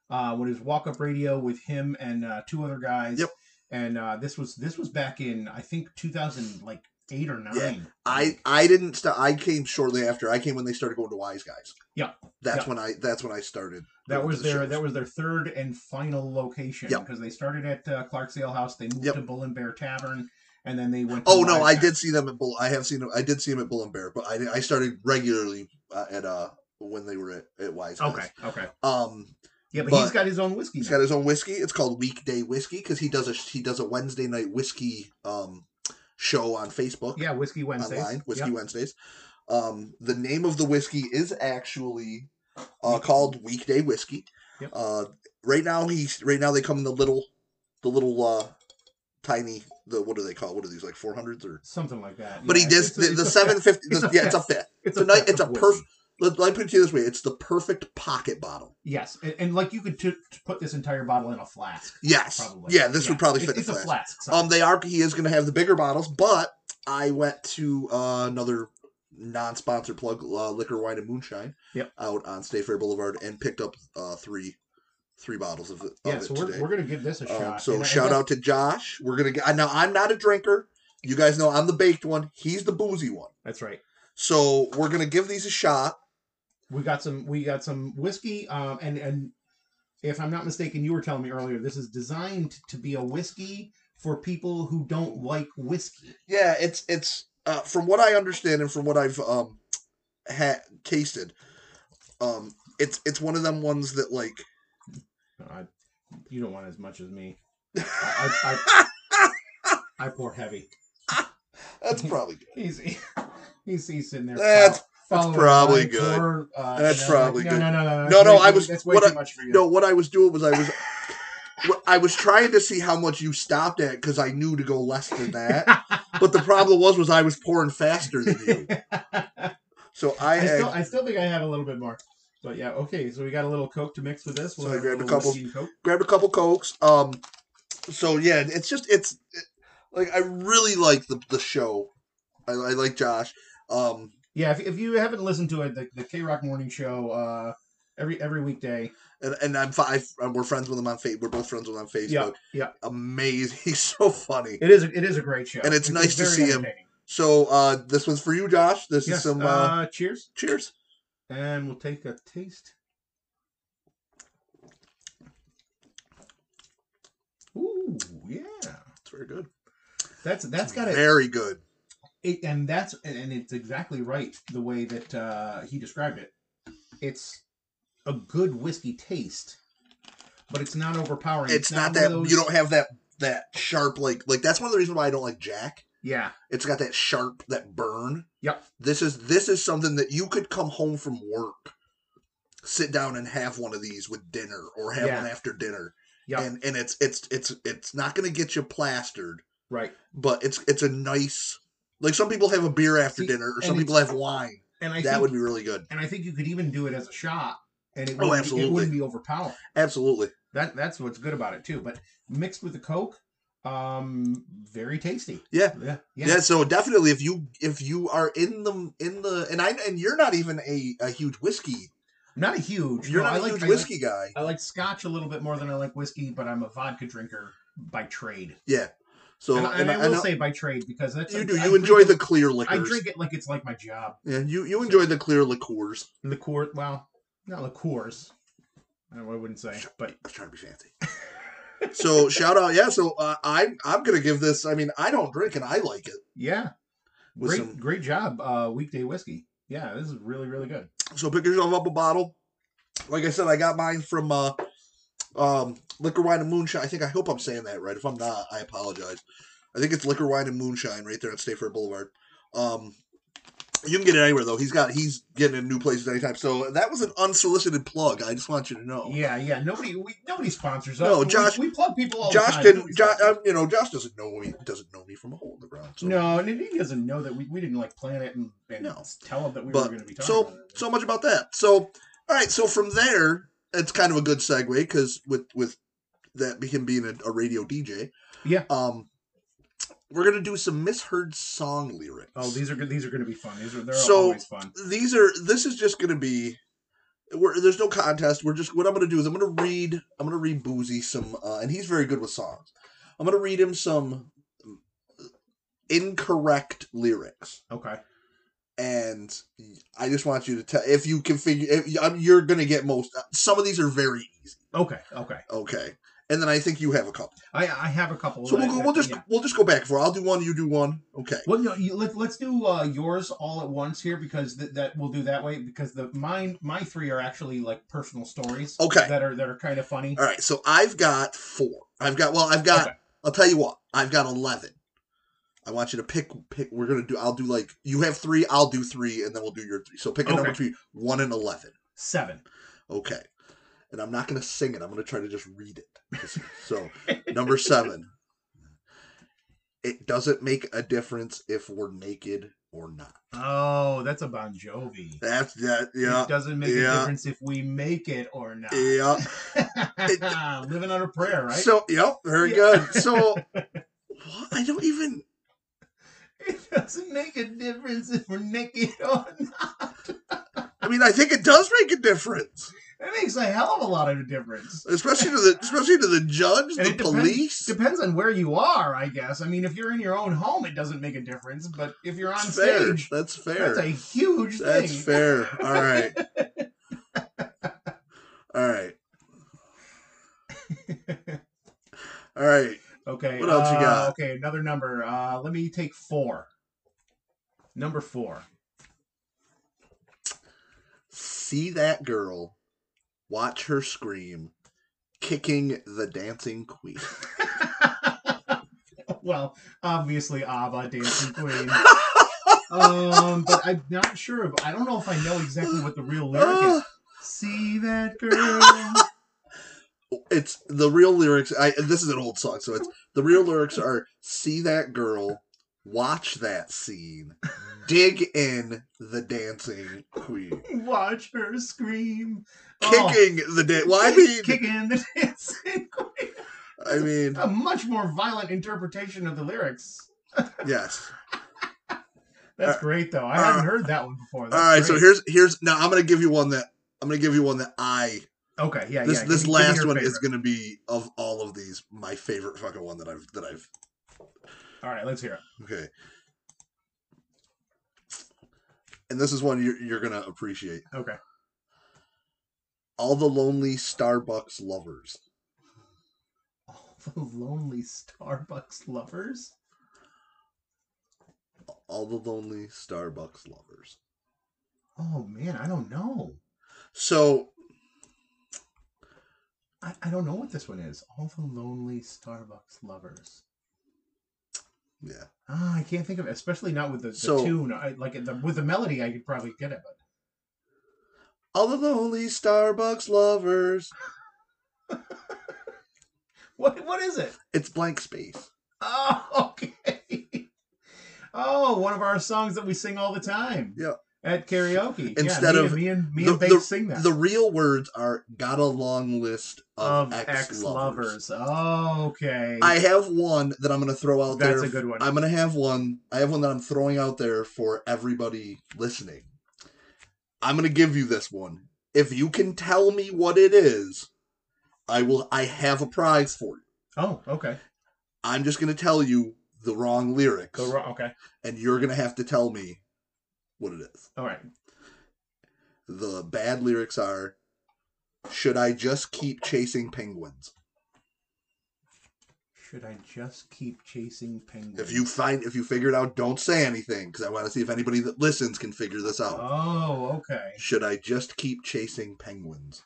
[SPEAKER 2] Uh, when it was walk up radio with him and uh, two other guys.
[SPEAKER 3] Yep.
[SPEAKER 2] And uh, this was this was back in I think 2000 like eight or nine.
[SPEAKER 3] I I didn't start. I came shortly after. I came when they started going to Wise Guys.
[SPEAKER 2] Yeah.
[SPEAKER 3] That's
[SPEAKER 2] Yeah.
[SPEAKER 3] when I that's when I started.
[SPEAKER 2] That
[SPEAKER 3] going
[SPEAKER 2] was
[SPEAKER 3] to the
[SPEAKER 2] their
[SPEAKER 3] shows.
[SPEAKER 2] that was their third and final location
[SPEAKER 3] Yep.
[SPEAKER 2] because they started at uh, Clark's Ale House. They moved
[SPEAKER 3] Yep.
[SPEAKER 2] to Bull and Bear Tavern, and then they went. to
[SPEAKER 3] Oh no,
[SPEAKER 2] live
[SPEAKER 3] I
[SPEAKER 2] act-
[SPEAKER 3] did see them at Bull. I have seen them. I did see them at Bull and Bear, but I I started regularly uh, at uh when they were at, at Wise. Guys.
[SPEAKER 2] Okay, okay,
[SPEAKER 3] Um,
[SPEAKER 2] yeah, but,
[SPEAKER 3] But-
[SPEAKER 2] he's got his own whiskey.
[SPEAKER 3] he's
[SPEAKER 2] now.
[SPEAKER 3] got his own whiskey. It's called Weekday Whiskey because he does a he does a Wednesday night whiskey um show on Facebook.
[SPEAKER 2] yeah, whiskey Wednesdays.
[SPEAKER 3] online whiskey
[SPEAKER 2] Yep.
[SPEAKER 3] Wednesdays. Um, the name of the whiskey is actually uh, called Weekday Whiskey.
[SPEAKER 2] Yep.
[SPEAKER 3] Uh, right now he's right now they come in the little, the little uh, tiny the what do they call what are these like four hundreds or
[SPEAKER 2] something like that.
[SPEAKER 3] but he
[SPEAKER 2] yeah,
[SPEAKER 3] does
[SPEAKER 2] it's-
[SPEAKER 3] the,
[SPEAKER 2] it's
[SPEAKER 3] the
[SPEAKER 2] a-
[SPEAKER 3] seven fifty
[SPEAKER 2] It's a
[SPEAKER 3] yeah it's a
[SPEAKER 2] fifth.
[SPEAKER 3] fit
[SPEAKER 2] It's
[SPEAKER 3] it's a ni-
[SPEAKER 2] fifth
[SPEAKER 3] it's a
[SPEAKER 2] of
[SPEAKER 3] perf-
[SPEAKER 2] whiskey.
[SPEAKER 3] let, let me put it to you this way it's the perfect pocket bottle
[SPEAKER 2] Yes, and, and like you could t- t- put this entire bottle in a flask.
[SPEAKER 3] yes
[SPEAKER 2] Probably.
[SPEAKER 3] yeah this would probably
[SPEAKER 2] It-
[SPEAKER 3] fit in
[SPEAKER 2] It's a flask. size.
[SPEAKER 3] Um, they are. He is going to have the bigger bottles, but I went to uh, another non-sponsor plug, uh, liquor, wine, and moonshine.
[SPEAKER 2] Yep.
[SPEAKER 3] Out on State Fair Boulevard and picked up uh, three, three bottles of, it- of
[SPEAKER 2] yeah,
[SPEAKER 3] it
[SPEAKER 2] so we're,
[SPEAKER 3] today.
[SPEAKER 2] we're gonna give this a
[SPEAKER 3] Um,
[SPEAKER 2] shot.
[SPEAKER 3] so
[SPEAKER 2] And I- I
[SPEAKER 3] shout
[SPEAKER 2] guess-
[SPEAKER 3] out to Josh. We're gonna get now. I'm not a drinker. You guys know I'm the baked one. He's the boozy one.
[SPEAKER 2] That's right.
[SPEAKER 3] So we're gonna give these a shot.
[SPEAKER 2] We got some. We got some whiskey. Um, and and if I'm not mistaken, you were telling me earlier this is designed to be a whiskey for people who don't like whiskey.
[SPEAKER 3] Yeah, it's it's uh, from what I understand and from what I've um ha- tasted, um, it's it's one of them ones that like
[SPEAKER 2] I, you don't want as much as me. I, I, I pour heavy.
[SPEAKER 3] That's probably good.
[SPEAKER 2] He's he's, he's sitting there.
[SPEAKER 3] That's-
[SPEAKER 2] follow-
[SPEAKER 3] that's
[SPEAKER 2] following
[SPEAKER 3] probably
[SPEAKER 2] line,
[SPEAKER 3] good.
[SPEAKER 2] pour, uh,
[SPEAKER 3] That's
[SPEAKER 2] and I
[SPEAKER 3] probably
[SPEAKER 2] was like,
[SPEAKER 3] good.
[SPEAKER 2] No, no, no, no.
[SPEAKER 3] No,
[SPEAKER 2] that's
[SPEAKER 3] no,
[SPEAKER 2] way
[SPEAKER 3] I
[SPEAKER 2] too-
[SPEAKER 3] was-
[SPEAKER 2] That's way
[SPEAKER 3] what
[SPEAKER 2] too
[SPEAKER 3] I-
[SPEAKER 2] much for you.
[SPEAKER 3] No, what I was doing was I was what- I was trying to see how much you stopped at because I knew to go less than that. but the problem was was I was pouring faster than you. So I
[SPEAKER 2] I
[SPEAKER 3] had
[SPEAKER 2] still, I still think I have a little bit more. But yeah, okay. So we got a little Coke to mix with this.
[SPEAKER 3] So I
[SPEAKER 2] have
[SPEAKER 3] grabbed a
[SPEAKER 2] little
[SPEAKER 3] couple.
[SPEAKER 2] whiskey and Coke.
[SPEAKER 3] grabbed a couple cokes. Um so yeah, it's just it's it, like I really like the the show. I, I like Josh. Um
[SPEAKER 2] Yeah, if, if you haven't listened to it, the, the K Rock Morning Show, uh, every every weekday.
[SPEAKER 3] and, and I'm five. We're friends with him on Facebook. We're both friends with him on Facebook.
[SPEAKER 2] Yeah, yeah.
[SPEAKER 3] Amazing. He's so funny.
[SPEAKER 2] It is a, it is a great show,
[SPEAKER 3] And it's nice to
[SPEAKER 2] very
[SPEAKER 3] see him.
[SPEAKER 2] entertaining.
[SPEAKER 3] So uh, this one's for you, Josh. This
[SPEAKER 2] Yes,
[SPEAKER 3] is some
[SPEAKER 2] uh,
[SPEAKER 3] uh,
[SPEAKER 2] cheers,
[SPEAKER 3] cheers.
[SPEAKER 2] and we'll take a taste. Ooh, yeah,
[SPEAKER 3] It's very good.
[SPEAKER 2] that's that's got a
[SPEAKER 3] very good.
[SPEAKER 2] it, and that's and- and it's exactly right the way that uh, he described it. It's a good whiskey taste, but it's not overpowering.
[SPEAKER 3] It's, not,
[SPEAKER 2] one
[SPEAKER 3] that
[SPEAKER 2] of those-
[SPEAKER 3] you don't have that that sharp like like that's one of the reasons why I don't like Jack.
[SPEAKER 2] Yeah.
[SPEAKER 3] It's got that sharp that burn.
[SPEAKER 2] Yep.
[SPEAKER 3] This is this is something that you could come home from work, sit down and have one of these with dinner or have
[SPEAKER 2] Yeah.
[SPEAKER 3] one after dinner.
[SPEAKER 2] Yep.
[SPEAKER 3] And and it's it's it's it's not going to get you plastered,
[SPEAKER 2] Right.
[SPEAKER 3] but it's it's a nice like some people have a beer after
[SPEAKER 2] See,
[SPEAKER 3] dinner or
[SPEAKER 2] and
[SPEAKER 3] some
[SPEAKER 2] it's-
[SPEAKER 3] people have wine.
[SPEAKER 2] And I
[SPEAKER 3] that
[SPEAKER 2] think,
[SPEAKER 3] would be really good.
[SPEAKER 2] and I think you could even do it as a shot, and it
[SPEAKER 3] Oh,
[SPEAKER 2] wouldn't, be, it
[SPEAKER 3] absolutely.
[SPEAKER 2] wouldn't be overpowering.
[SPEAKER 3] Absolutely.
[SPEAKER 2] That that's what's good about it too. But mixed with the Coke, um, very tasty.
[SPEAKER 3] Yeah.
[SPEAKER 2] Yeah.
[SPEAKER 3] Yeah.
[SPEAKER 2] Yeah.
[SPEAKER 3] so definitely if you if you are in the in the and I and you're not even a, a huge whiskey
[SPEAKER 2] Not a huge.
[SPEAKER 3] you're
[SPEAKER 2] no,
[SPEAKER 3] not
[SPEAKER 2] I
[SPEAKER 3] a
[SPEAKER 2] like
[SPEAKER 3] huge
[SPEAKER 2] I like-
[SPEAKER 3] whiskey guy.
[SPEAKER 2] I like Scotch a little bit more than I like whiskey, but I'm a vodka drinker by trade.
[SPEAKER 3] Yeah. So
[SPEAKER 2] and, I- and I
[SPEAKER 3] and
[SPEAKER 2] will say by trade because that's
[SPEAKER 3] you do
[SPEAKER 2] I
[SPEAKER 3] you
[SPEAKER 2] drink
[SPEAKER 3] enjoy
[SPEAKER 2] it-
[SPEAKER 3] the clear
[SPEAKER 2] I
[SPEAKER 3] liquors.
[SPEAKER 2] drink it like it's like my job.
[SPEAKER 3] Yeah, you you enjoy the clear liqueurs.
[SPEAKER 2] Liqueur, well, not liqueurs. I I wouldn't say, but
[SPEAKER 3] I was trying to be fancy. so shout out, yeah. So uh, I'm I'm gonna give this. I mean, I don't drink and I like it.
[SPEAKER 2] yeah,
[SPEAKER 3] With
[SPEAKER 2] great,
[SPEAKER 3] some-
[SPEAKER 2] great job, uh, weekday whiskey. Yeah, this is really, really good.
[SPEAKER 3] So pick yourself up a bottle. Like I said, I got mine from uh, um, Liquor Wine and Moonshine. I think I hope I'm saying that right. If I'm not, I apologize. I think it's Liquor Wine and Moonshine right there on State Fair Boulevard. Um, you can get it anywhere though. He's got he's getting in new places anytime. So that was an unsolicited plug. I just want you to know.
[SPEAKER 2] Yeah, yeah. Nobody, we, nobody sponsors us.
[SPEAKER 3] Oh. No,
[SPEAKER 2] We-
[SPEAKER 3] Josh-
[SPEAKER 2] We, plug people all the
[SPEAKER 3] Josh
[SPEAKER 2] time.
[SPEAKER 3] didn't.
[SPEAKER 2] Nobody
[SPEAKER 3] Josh,
[SPEAKER 2] sponsors us.
[SPEAKER 3] um, you know, Josh doesn't know me. Doesn't know me from a hole in the ground. So.
[SPEAKER 2] no, and he doesn't know that we, we didn't like plan it and, and
[SPEAKER 3] No.
[SPEAKER 2] tell him that we were
[SPEAKER 3] but
[SPEAKER 2] going to be talking
[SPEAKER 3] so
[SPEAKER 2] about it.
[SPEAKER 3] so much about that. So all right, so from there, it's kind of a good segue because with with that be- him being a, a radio DJ,
[SPEAKER 2] Yeah.
[SPEAKER 3] um, we're gonna do some misheard song lyrics.
[SPEAKER 2] oh, these are good. These are going to be fun. These are they're
[SPEAKER 3] So-
[SPEAKER 2] always fun.
[SPEAKER 3] these are this is just gonna be. We're, there's no contest. We're just what I'm gonna do is I'm gonna read I'm gonna read Boozy some, uh, and he's very good with songs. I'm gonna read him some uh, incorrect lyrics
[SPEAKER 2] Okay.
[SPEAKER 3] and I just want you to tell if you can figure. If, I mean, you're gonna get most. Some of these are very easy.
[SPEAKER 2] Okay. Okay.
[SPEAKER 3] Okay, and then I think you have a couple.
[SPEAKER 2] I, I have a couple.
[SPEAKER 3] So
[SPEAKER 2] that-
[SPEAKER 3] we'll, go,
[SPEAKER 2] that-
[SPEAKER 3] we'll just
[SPEAKER 2] yeah.
[SPEAKER 3] we'll just go back and forth. I'll do one, you do one. Okay.
[SPEAKER 2] Well, no, you, let, let's do uh, yours all at once here because th- that we'll do that way because the mine my three are actually like personal stories
[SPEAKER 3] Okay.
[SPEAKER 2] that are that are kind of funny.
[SPEAKER 3] All right. So I've got four. I've got well. I've got.
[SPEAKER 2] Okay.
[SPEAKER 3] I'll tell you what. I've got eleven. I want you to pick pick. We're gonna do. I'll do like you have three. I'll do three, and then we'll do your three. So pick a number
[SPEAKER 2] Okay.
[SPEAKER 3] between one and eleven.
[SPEAKER 2] Seven.
[SPEAKER 3] Okay. And I'm not gonna sing it. I'm gonna try to just read it. So number seven. It doesn't make a difference if we're naked or not.
[SPEAKER 2] Oh, that's a Bon Jovi.
[SPEAKER 3] That's that. Yeah.
[SPEAKER 2] It doesn't make a
[SPEAKER 3] yeah.
[SPEAKER 2] difference if we make it or not.
[SPEAKER 3] Yeah.
[SPEAKER 2] Living on a prayer, right?
[SPEAKER 3] So yep. Very
[SPEAKER 2] Yeah.
[SPEAKER 3] good. So. What? I don't even.
[SPEAKER 2] it doesn't make a difference if we're naked or not.
[SPEAKER 3] I mean, I think it does make a difference,
[SPEAKER 2] It makes a hell of a lot of a difference.
[SPEAKER 3] especially to the especially to the judge,
[SPEAKER 2] And
[SPEAKER 3] the
[SPEAKER 2] it depends-
[SPEAKER 3] police.
[SPEAKER 2] Depends on where you are, I guess. I mean, if you're in your own home, it doesn't make a difference. But if you're on
[SPEAKER 3] That's fair.
[SPEAKER 2] stage,
[SPEAKER 3] That's fair.
[SPEAKER 2] that's a huge
[SPEAKER 3] That's
[SPEAKER 2] thing.
[SPEAKER 3] fair. All right. All right. All right.
[SPEAKER 2] Okay.
[SPEAKER 3] What else you
[SPEAKER 2] uh,
[SPEAKER 3] got?
[SPEAKER 2] Okay, another number. Uh, let me take four. Number four.
[SPEAKER 3] See that girl. Watch her scream, kicking the dancing queen.
[SPEAKER 2] well, obviously Ava, Dancing Queen. um, but I'm not sure. If, I don't know if I know exactly what the real lyric is.
[SPEAKER 3] Ah,
[SPEAKER 2] See that girl?
[SPEAKER 3] it's the real lyrics. I this is an old song, so it's the real lyrics are see that girl, watch that scene, dig in the dancing queen.
[SPEAKER 2] Watch her scream. Oh,
[SPEAKER 3] kicking the day. Well, I mean,
[SPEAKER 2] Kicking the dancing queen.
[SPEAKER 3] I mean,
[SPEAKER 2] A much more violent interpretation of the lyrics.
[SPEAKER 3] yes.
[SPEAKER 2] That's
[SPEAKER 3] Uh,
[SPEAKER 2] great, though. I
[SPEAKER 3] uh,
[SPEAKER 2] haven't heard that one before.
[SPEAKER 3] All right, so here's here's now. I'm gonna give you one that I'm gonna give you one that I
[SPEAKER 2] Okay, yeah,
[SPEAKER 3] this
[SPEAKER 2] yeah.
[SPEAKER 3] this
[SPEAKER 2] give me- give me
[SPEAKER 3] last
[SPEAKER 2] your
[SPEAKER 3] one is
[SPEAKER 2] favorite.
[SPEAKER 3] gonna be of all of these my favorite fucking one that I've that I've
[SPEAKER 2] All right, let's hear it.
[SPEAKER 3] okay. And this is one you're, you're gonna appreciate.
[SPEAKER 2] Okay.
[SPEAKER 3] All the lonely Starbucks lovers.
[SPEAKER 2] All the lonely Starbucks lovers.
[SPEAKER 3] All the lonely Starbucks lovers.
[SPEAKER 2] Oh man, I don't know.
[SPEAKER 3] So
[SPEAKER 2] I, I don't know what this one is. All the lonely Starbucks lovers.
[SPEAKER 3] yeah,
[SPEAKER 2] Ah, I can't think of it, especially not with the, the
[SPEAKER 3] So-
[SPEAKER 2] tune. I, like the, with the melody, I could probably get it, but
[SPEAKER 3] all the lonely Starbucks lovers.
[SPEAKER 2] what what is it?
[SPEAKER 3] It's blank space.
[SPEAKER 2] Oh, okay. Oh, one of our songs that we sing all the time.
[SPEAKER 3] Yeah.
[SPEAKER 2] At karaoke.
[SPEAKER 3] Instead
[SPEAKER 2] yeah,
[SPEAKER 3] of
[SPEAKER 2] me and me and, me
[SPEAKER 3] the-
[SPEAKER 2] and Bates
[SPEAKER 3] the-
[SPEAKER 2] sing that.
[SPEAKER 3] The real words are got a long list of,
[SPEAKER 2] of
[SPEAKER 3] ex lovers.
[SPEAKER 2] ex-lovers. Oh, okay.
[SPEAKER 3] I have one that I'm going to throw out there.
[SPEAKER 2] That's a good one.
[SPEAKER 3] I'm going to have one. I have one that I'm throwing out there for everybody listening. I'm going to give you this one. If you can tell me what it is, I will. I have a prize for you.
[SPEAKER 2] oh, okay.
[SPEAKER 3] I'm just going to tell you the wrong lyrics,
[SPEAKER 2] Go wrong. Okay.
[SPEAKER 3] and you're going to have to tell me what it is.
[SPEAKER 2] All right.
[SPEAKER 3] The bad lyrics are: Should I just keep chasing penguins?
[SPEAKER 2] Should I just keep chasing penguins?
[SPEAKER 3] If you find, if you figure it out, don't say anything because I want to see if anybody that listens can figure this out.
[SPEAKER 2] Oh, okay.
[SPEAKER 3] Should I just keep chasing penguins?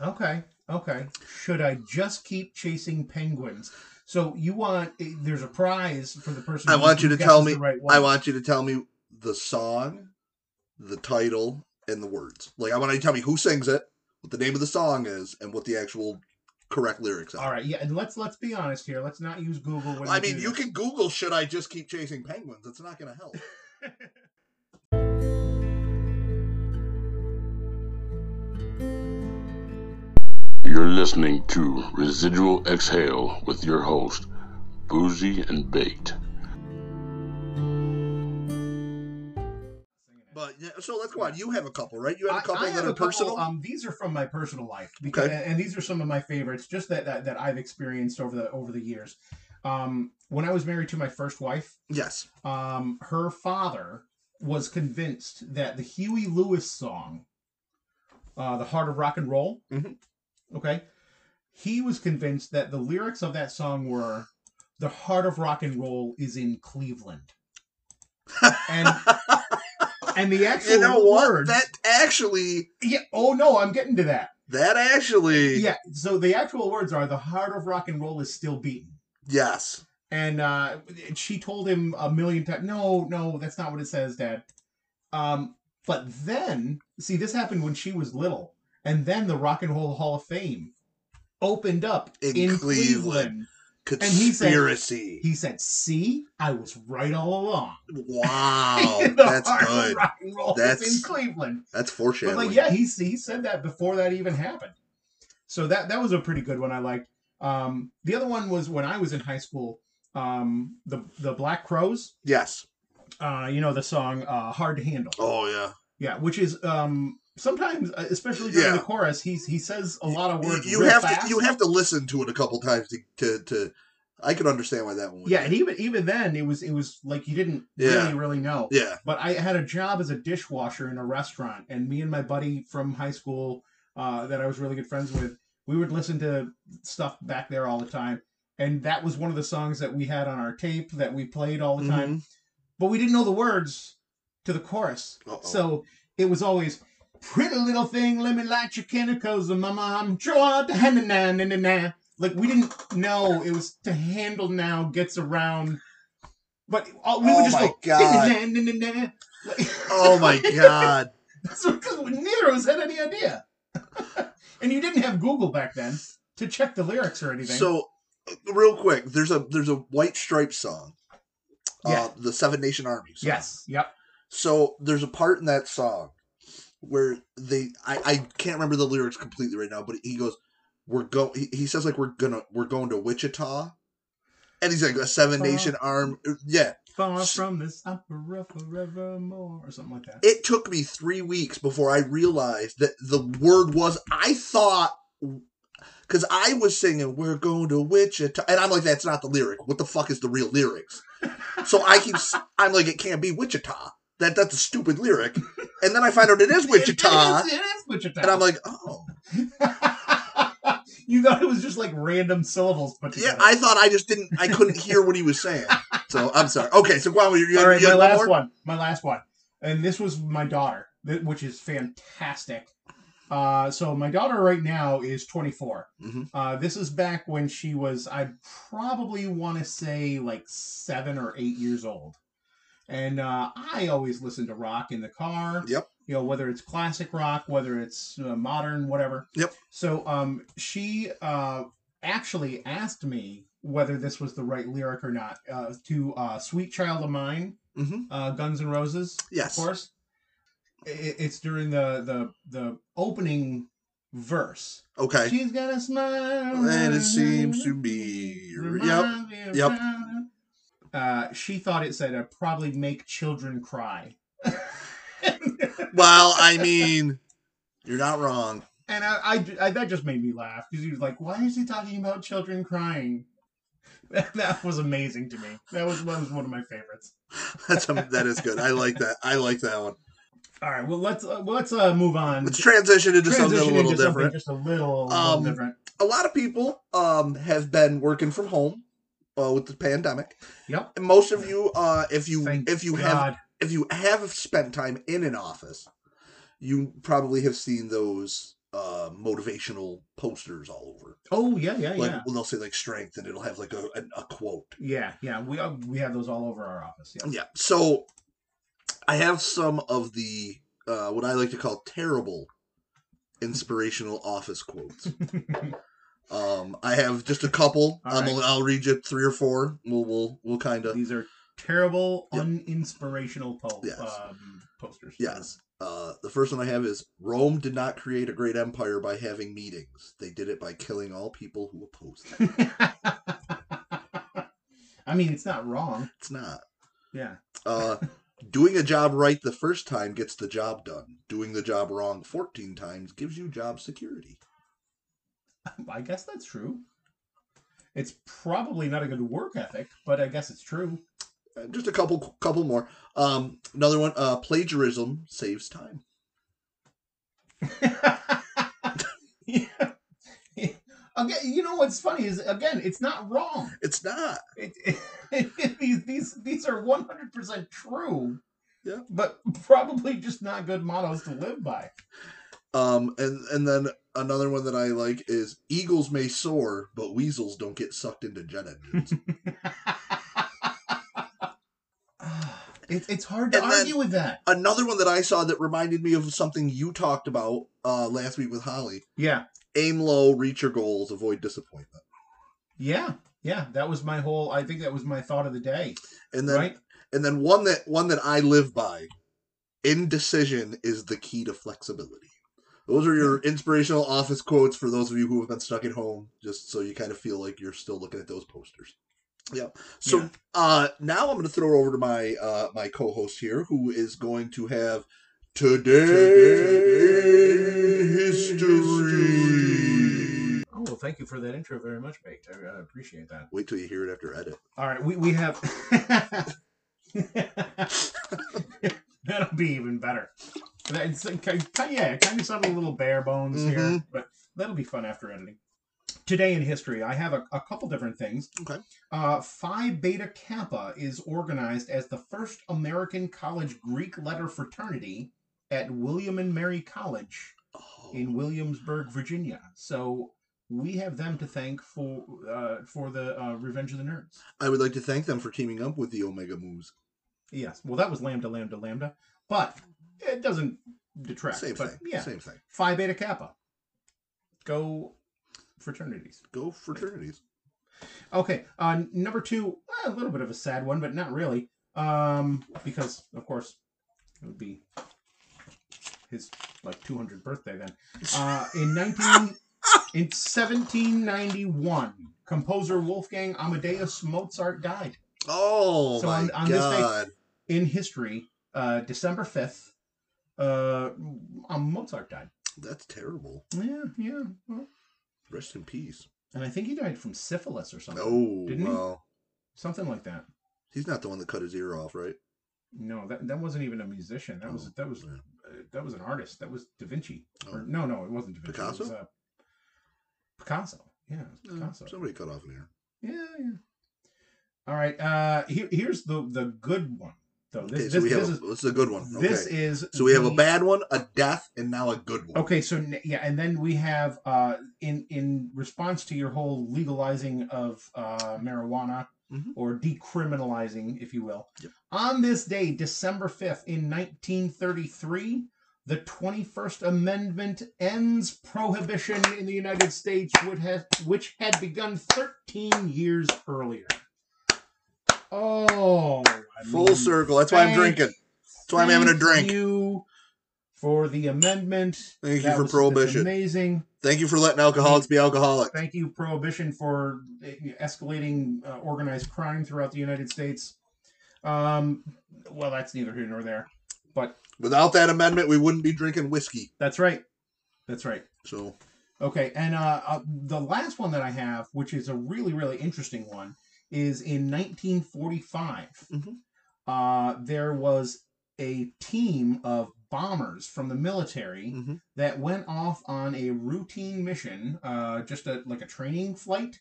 [SPEAKER 2] Okay. Okay. Should I just keep chasing penguins? So you want eh, there's a prize for the person.
[SPEAKER 3] I
[SPEAKER 2] who-
[SPEAKER 3] want you
[SPEAKER 2] who
[SPEAKER 3] to tell
[SPEAKER 2] guesses
[SPEAKER 3] me-
[SPEAKER 2] the right
[SPEAKER 3] I
[SPEAKER 2] one.
[SPEAKER 3] want you to tell me the song, the title, and the words. Like I want you to tell me who sings it, what the name of the song is, and what the actual correct lyrics are.
[SPEAKER 2] All right. Yeah, and let's let's be honest here. Let's not use Google. When
[SPEAKER 3] I
[SPEAKER 2] we
[SPEAKER 3] mean,
[SPEAKER 2] do
[SPEAKER 3] you
[SPEAKER 2] this.
[SPEAKER 3] can Google "Should I just keep chasing penguins?" It's not going to help.
[SPEAKER 1] You're listening to Residual Exhale with your host, Boozy and Baked.
[SPEAKER 3] But yeah, so let's go on. You have a couple, right? You have a
[SPEAKER 2] I-
[SPEAKER 3] couple
[SPEAKER 2] I
[SPEAKER 3] that
[SPEAKER 2] have
[SPEAKER 3] are
[SPEAKER 2] a couple,
[SPEAKER 3] personal.
[SPEAKER 2] Um, these are from my personal life, because,
[SPEAKER 3] Okay.
[SPEAKER 2] and these are some of my favorites, just that, that that I've experienced over the over the years. Um, when I was married to my first wife,
[SPEAKER 3] yes.
[SPEAKER 2] um, her father was convinced that the Huey
[SPEAKER 3] Mm-hmm.
[SPEAKER 2] Lewis song, uh, "The Heart of Rock and Roll,"
[SPEAKER 3] Mhm.
[SPEAKER 2] okay, he was convinced that the lyrics of that song were the heart of rock and roll is in Cleveland. And and the actual
[SPEAKER 3] you know what?
[SPEAKER 2] words
[SPEAKER 3] That actually,
[SPEAKER 2] yeah, oh no, I'm getting to that.
[SPEAKER 3] that actually,
[SPEAKER 2] Yeah, so the actual words are the heart of rock and roll is still beaten.
[SPEAKER 3] yes,
[SPEAKER 2] And uh, she told him a million times, no, no, that's not what it says, Dad. Um, but then, see, this happened when she was little. And then the Rock and Roll Hall of Fame opened up
[SPEAKER 3] In
[SPEAKER 2] in,
[SPEAKER 3] Cleveland.
[SPEAKER 2] Cleveland. he said-
[SPEAKER 3] conspiracy.
[SPEAKER 2] He said, see, I was right all along.
[SPEAKER 3] wow,
[SPEAKER 2] The
[SPEAKER 3] Oh, that's
[SPEAKER 2] hard
[SPEAKER 3] good.
[SPEAKER 2] Rock and roll
[SPEAKER 3] That's-
[SPEAKER 2] is in Cleveland.
[SPEAKER 3] That's
[SPEAKER 2] But
[SPEAKER 3] foreshadowing.
[SPEAKER 2] like, yeah, he he said that before that even happened. So that that was a pretty good one. I liked. Um, the other one was when I was in high school. Um, the the Black Crows.
[SPEAKER 3] Yes.
[SPEAKER 2] Uh, you know the song uh, "Hard to Handle."
[SPEAKER 3] Oh yeah.
[SPEAKER 2] Yeah, which is um sometimes, uh, especially during
[SPEAKER 3] Yeah.
[SPEAKER 2] the chorus, he's he says a lot of
[SPEAKER 3] You-
[SPEAKER 2] words.
[SPEAKER 3] you
[SPEAKER 2] real
[SPEAKER 3] have
[SPEAKER 2] fast.
[SPEAKER 3] to you have to listen to it a couple times to to, to I can understand why that one. would
[SPEAKER 2] Yeah,
[SPEAKER 3] be-
[SPEAKER 2] and even even then, it was it was like you didn't
[SPEAKER 3] Yeah.
[SPEAKER 2] really really know.
[SPEAKER 3] yeah.
[SPEAKER 2] But I had a job as a dishwasher in a restaurant, and me and my buddy from high school uh, that I was really good friends with, we would listen to stuff back there all the time. And that was one of the songs that we had on our tape that we played all the
[SPEAKER 3] Mm-hmm.
[SPEAKER 2] time. But we didn't know the words to the chorus.
[SPEAKER 3] Uh-oh.
[SPEAKER 2] So it was always, Pretty little thing, let me light your chemicals, and mama, I'm sure to handle now, na, na, na. Like, we didn't know it was to handle now gets around. But all, we
[SPEAKER 3] Oh
[SPEAKER 2] would just
[SPEAKER 3] my
[SPEAKER 2] go,
[SPEAKER 3] God.
[SPEAKER 2] "Na, na, na, na, na." Like-
[SPEAKER 3] Oh my god.
[SPEAKER 2] That's because neither of us had any idea. and you didn't have Google back then to check the lyrics or anything.
[SPEAKER 3] so real quick, there's a there's a White Stripes song.
[SPEAKER 2] Yeah.
[SPEAKER 3] Uh, the Seven Nation Army. Song.
[SPEAKER 2] yes, yep.
[SPEAKER 3] So there's a part in that song where they I, I can't remember the lyrics completely right now, but he goes, "We're go." He, he says like we're gonna we're going to Wichita, and he's like a Seven
[SPEAKER 2] Far-
[SPEAKER 3] Nation Arm. Yeah,
[SPEAKER 2] Far
[SPEAKER 3] S-
[SPEAKER 2] from this opera forevermore, or something like that.
[SPEAKER 3] it took me three weeks before I realized that the word was I thought because I was singing "We're going to Wichita" and I'm like, "That's not the lyric. What the fuck is the real lyrics?" So I keep s- I'm like, "It can't be Wichita. That that's a stupid lyric." And then I find out it is Wichita,
[SPEAKER 2] It is, it is Wichita.
[SPEAKER 3] and I'm like, "Oh,
[SPEAKER 2] you thought it was just like random syllables put
[SPEAKER 3] yeah."
[SPEAKER 2] together.
[SPEAKER 3] I thought I just didn't I couldn't hear what he was saying. So I'm sorry. Okay, so Guam, you, you,
[SPEAKER 2] All right,
[SPEAKER 3] you
[SPEAKER 2] my
[SPEAKER 3] had
[SPEAKER 2] last
[SPEAKER 3] one. more?
[SPEAKER 2] one. My last one. And this was my daughter, th- which is fantastic. Uh, so my daughter right now is 24.
[SPEAKER 3] Mhm.
[SPEAKER 2] Uh, this is back when she was, I probably want to say like seven or eight years old. And uh, I always listen to rock in the car.
[SPEAKER 3] Yep.
[SPEAKER 2] You know, whether it's classic rock, whether it's uh, modern, whatever.
[SPEAKER 3] Yep.
[SPEAKER 2] So um, she uh, actually asked me whether this was the right lyric or not uh, to uh, "Sweet Child of Mine."
[SPEAKER 3] Mhm.
[SPEAKER 2] uh, Guns N' Roses, of
[SPEAKER 3] Yes.
[SPEAKER 2] course. I- I- It's during the the the opening verse.
[SPEAKER 3] Okay.
[SPEAKER 2] She's got a smile,
[SPEAKER 3] And it seems to be yep.
[SPEAKER 2] reminds me of
[SPEAKER 3] yep.
[SPEAKER 2] China. Uh, she thought it said, "I probably make children cry,"
[SPEAKER 3] Well, I mean, you're not wrong.
[SPEAKER 2] and I, I, I- that just made me laugh because he was like, "Why is he talking about children crying?" That, that was amazing to me. That was, that was one of my favorites.
[SPEAKER 3] That's um that is good. I like that. I like that one.
[SPEAKER 2] All right, well let's uh, well, let's uh, move on.
[SPEAKER 3] Let's transition into something
[SPEAKER 2] Transition
[SPEAKER 3] a little
[SPEAKER 2] into something
[SPEAKER 3] different.
[SPEAKER 2] just a little, little
[SPEAKER 3] Um,
[SPEAKER 2] different.
[SPEAKER 3] A lot of people um have been working from home uh, with the pandemic.
[SPEAKER 2] Yep.
[SPEAKER 3] And most of you, uh, if you
[SPEAKER 2] Thank
[SPEAKER 3] if you have
[SPEAKER 2] God.
[SPEAKER 3] if you have spent time in an office, you probably have seen those uh motivational posters all over.
[SPEAKER 2] Oh yeah, yeah,
[SPEAKER 3] Like
[SPEAKER 2] yeah,
[SPEAKER 3] well, they'll say like strength, and it'll have like a a, a quote.
[SPEAKER 2] yeah, yeah. We uh, we have those all over our office. Yeah.
[SPEAKER 3] Yeah. So I have some of the uh, what I like to call terrible inspirational office quotes. um, I have just a couple.
[SPEAKER 2] All
[SPEAKER 3] I'm
[SPEAKER 2] right.
[SPEAKER 3] gonna- I'll read you three or four. We'll we'll we'll kind of
[SPEAKER 2] These are terrible,
[SPEAKER 3] Yep.
[SPEAKER 2] uninspirational po-
[SPEAKER 3] Yes.
[SPEAKER 2] um, posters.
[SPEAKER 3] yes. Uh, the first one I have is Rome did not create a great empire by having meetings. They did it by killing all people who opposed them.
[SPEAKER 2] I mean, it's not wrong.
[SPEAKER 3] It's not.
[SPEAKER 2] Yeah.
[SPEAKER 3] Uh, doing a job right the first time gets the job done. Doing the job wrong 14 times gives you job security.
[SPEAKER 2] I guess that's true. It's probably not a good work ethic, but I guess it's true.
[SPEAKER 3] Uh, just a couple couple more um another one uh plagiarism saves time
[SPEAKER 2] Yeah. Again, you know what's funny is again, it's not wrong.
[SPEAKER 3] It's not.
[SPEAKER 2] It, it- these these these are one hundred percent true.
[SPEAKER 3] Yeah.
[SPEAKER 2] But probably just not good mottos to live by.
[SPEAKER 3] Um, and and then another one that I like is eagles may soar, but weasels don't get sucked into jet engines.
[SPEAKER 2] It, it's hard to
[SPEAKER 3] And then-
[SPEAKER 2] argue with that.
[SPEAKER 3] another one that I saw that reminded me of something you talked about uh, last week with Holly.
[SPEAKER 2] Yeah.
[SPEAKER 3] Aim low, reach your goals, avoid disappointment.
[SPEAKER 2] Yeah. Yeah. That was my whole I think that was my thought of the day.
[SPEAKER 3] And then
[SPEAKER 2] right?
[SPEAKER 3] and then one that one that I live by. Indecision is the key to flexibility. Those are your inspirational office quotes for those of you who have been stuck at home, just so you kind of feel like you're still looking at those posters. Yep. So
[SPEAKER 2] Yeah.
[SPEAKER 3] uh now I'm gonna throw it over to my uh my co-host here who is going to have Today, in history.
[SPEAKER 2] Oh well thank you for that intro very much, mate. I, I appreciate that.
[SPEAKER 3] Wait till you hear it after edit.
[SPEAKER 2] All right, we, we have That'll be even better. That's, yeah, it kind of sounded a little bare bones here,
[SPEAKER 3] Mhm.
[SPEAKER 2] but that'll be fun after editing. Today in history, I have a, a couple different things.
[SPEAKER 3] Okay.
[SPEAKER 2] Uh, Phi Beta Kappa is organized as the first American college Greek letter fraternity at William and Mary College
[SPEAKER 3] Oh,
[SPEAKER 2] in Williamsburg, Virginia. So we have them to thank for uh, for the uh, Revenge of the Nerds.
[SPEAKER 3] I would like to thank them for teaming up with the Omega Moves.
[SPEAKER 2] Yes. Well, that was lambda, lambda, lambda, but it doesn't detract.
[SPEAKER 3] Same
[SPEAKER 2] but
[SPEAKER 3] thing.
[SPEAKER 2] yeah,
[SPEAKER 3] Same thing.
[SPEAKER 2] Phi Beta Kappa. Go fraternities.
[SPEAKER 3] Go fraternities.
[SPEAKER 2] Okay. Uh, number two, eh, a little bit of a sad one, but not really, um, because of course it would be his like 200th birthday then. Uh, in 19 in 1791, composer Wolfgang Amadeus Mozart died.
[SPEAKER 3] Oh
[SPEAKER 2] So
[SPEAKER 3] my
[SPEAKER 2] on- on this day-
[SPEAKER 3] god.
[SPEAKER 2] in history, uh, December 5th, uh, um, Mozart died.
[SPEAKER 3] That's terrible.
[SPEAKER 2] Yeah, yeah. well,
[SPEAKER 3] Rest in peace.
[SPEAKER 2] and I think he died from syphilis or something.
[SPEAKER 3] Oh
[SPEAKER 2] Didn't he?
[SPEAKER 3] well.
[SPEAKER 2] Something like that.
[SPEAKER 3] He's not the one that cut his ear off, right?
[SPEAKER 2] No, that, that wasn't even a musician. That was that was uh,
[SPEAKER 3] yeah.
[SPEAKER 2] that was an artist. That was Da Vinci. Or,
[SPEAKER 3] Oh.
[SPEAKER 2] no, no, it wasn't Da Vinci. It was,
[SPEAKER 3] Picasso?
[SPEAKER 2] uh, Picasso. Yeah, it was
[SPEAKER 3] Uh,
[SPEAKER 2] Picasso.
[SPEAKER 3] somebody cut off an ear.
[SPEAKER 2] Yeah, yeah. All right. Uh, here, here's the the good one though.
[SPEAKER 3] Okay,
[SPEAKER 2] This,
[SPEAKER 3] so
[SPEAKER 2] this,
[SPEAKER 3] we have
[SPEAKER 2] this
[SPEAKER 3] a,
[SPEAKER 2] is
[SPEAKER 3] this is a good one. Okay.
[SPEAKER 2] this is
[SPEAKER 3] so we have a
[SPEAKER 2] the-
[SPEAKER 3] bad one, a death, and now a good one.
[SPEAKER 2] Okay, so n- yeah, and then we have uh, in in response to your whole legalizing of uh, marijuana
[SPEAKER 3] Mhm.
[SPEAKER 2] or decriminalizing, if you will,
[SPEAKER 3] Yep.
[SPEAKER 2] on this day, December fifth, in nineteen thirty three, the twenty first Amendment ends prohibition in the United States, would have which had begun thirteen years earlier. Oh, I
[SPEAKER 3] Full
[SPEAKER 2] mean,
[SPEAKER 3] circle. That's why I'm
[SPEAKER 2] thank-
[SPEAKER 3] drinking. That's why I'm having a
[SPEAKER 2] thank
[SPEAKER 3] drink.
[SPEAKER 2] You for the amendment.
[SPEAKER 3] Thank you
[SPEAKER 2] That
[SPEAKER 3] for
[SPEAKER 2] was- that's
[SPEAKER 3] prohibition.
[SPEAKER 2] Amazing.
[SPEAKER 3] Thank you for letting alcoholics be alcoholic.
[SPEAKER 2] Thank you, prohibition, for uh, escalating uh, organized crime throughout the United States. Um, well, that's neither here nor there.
[SPEAKER 3] Without that amendment, we wouldn't be drinking whiskey.
[SPEAKER 2] That's right. That's right.
[SPEAKER 3] So
[SPEAKER 2] Okay, and uh, uh, the last one that I have, which is a really really interesting one, is in 1945.
[SPEAKER 3] Mhm.
[SPEAKER 2] Uh, there was a team of bombers from the military
[SPEAKER 3] Mhm.
[SPEAKER 2] that went off on a routine mission, uh, just a, like a training flight,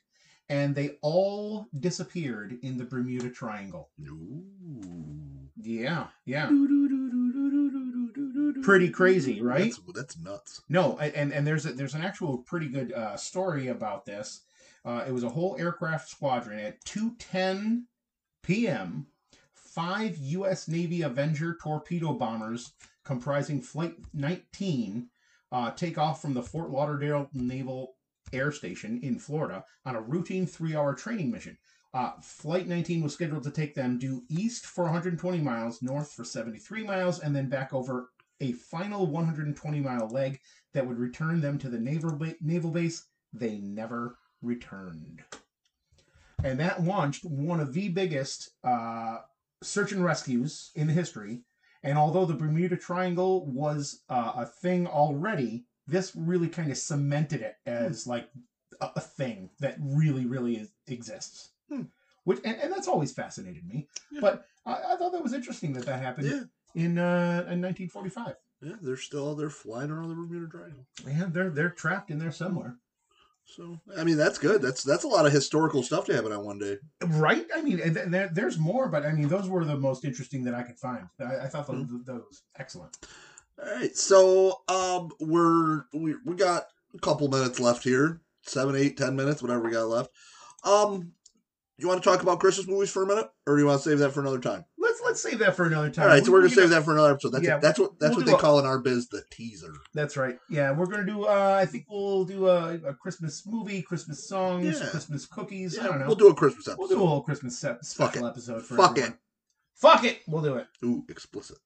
[SPEAKER 2] and they all disappeared in the Bermuda Triangle.
[SPEAKER 3] Ooh.
[SPEAKER 2] Yeah, yeah. Pretty crazy, right?
[SPEAKER 3] That's, that's nuts.
[SPEAKER 2] No, a- and and there's a, there's an actual pretty good uh, story about this. Uh, it was a whole aircraft squadron at 2:10 p.m. Five U.S. Navy Avenger torpedo bombers comprising Flight 19 uh, take off from the Fort Lauderdale Naval Air Station in Florida on a routine three-hour training mission. Uh, Flight 19 was scheduled to take them due east for 120 miles, north for 73 miles, and then back over a final 120 mile leg that would return them to the naval ba- naval base they never returned. And that launched one of the biggest uh, search and rescues in history. And although the Bermuda Triangle was uh, a thing already, this really kind of cemented it
[SPEAKER 3] Hmm.
[SPEAKER 2] as like a, a thing that really, really is, exists.
[SPEAKER 3] Hmm.
[SPEAKER 2] Which and, and that's always fascinated me.
[SPEAKER 3] Yeah.
[SPEAKER 2] But I, I thought that was interesting that that happened
[SPEAKER 3] Yeah,
[SPEAKER 2] in uh, in 1945.
[SPEAKER 3] yeah, they're still out there flying around the Bermuda Triangle.
[SPEAKER 2] Yeah, they're they're trapped in there somewhere.
[SPEAKER 3] So I mean that's good. That's that's a lot of historical stuff to happen on one day.
[SPEAKER 2] Right? I mean, and th- there, there's more, but I mean, those were the most interesting that I could find. I, I thought those,
[SPEAKER 3] Mm-hmm.
[SPEAKER 2] those excellent.
[SPEAKER 3] All right, so um, we're we, we got a couple minutes left here, seven, eight, ten minutes, whatever we got left. Um, you want to talk about Christmas movies for a minute, or do you want to save that for another time?
[SPEAKER 2] Let's let's save that for another time.
[SPEAKER 3] All right, so
[SPEAKER 2] We-
[SPEAKER 3] we're
[SPEAKER 2] we
[SPEAKER 3] gonna save
[SPEAKER 2] got-
[SPEAKER 3] that for another episode. That's
[SPEAKER 2] Yeah,
[SPEAKER 3] that's what that's
[SPEAKER 2] we'll
[SPEAKER 3] what
[SPEAKER 2] do
[SPEAKER 3] they
[SPEAKER 2] a-
[SPEAKER 3] call in our biz the teaser.
[SPEAKER 2] That's right. Yeah, we're gonna do. Uh, I think we'll do a, a Christmas movie, Christmas songs,
[SPEAKER 3] Yeah.
[SPEAKER 2] Christmas cookies. I
[SPEAKER 3] Yeah,
[SPEAKER 2] don't know.
[SPEAKER 3] we'll do a Christmas episode.
[SPEAKER 2] We'll do a whole Christmas set,
[SPEAKER 3] Fuck
[SPEAKER 2] special episode for
[SPEAKER 3] Fuck
[SPEAKER 2] everyone. Fuck it. We'll do it.
[SPEAKER 3] Ooh, explicit.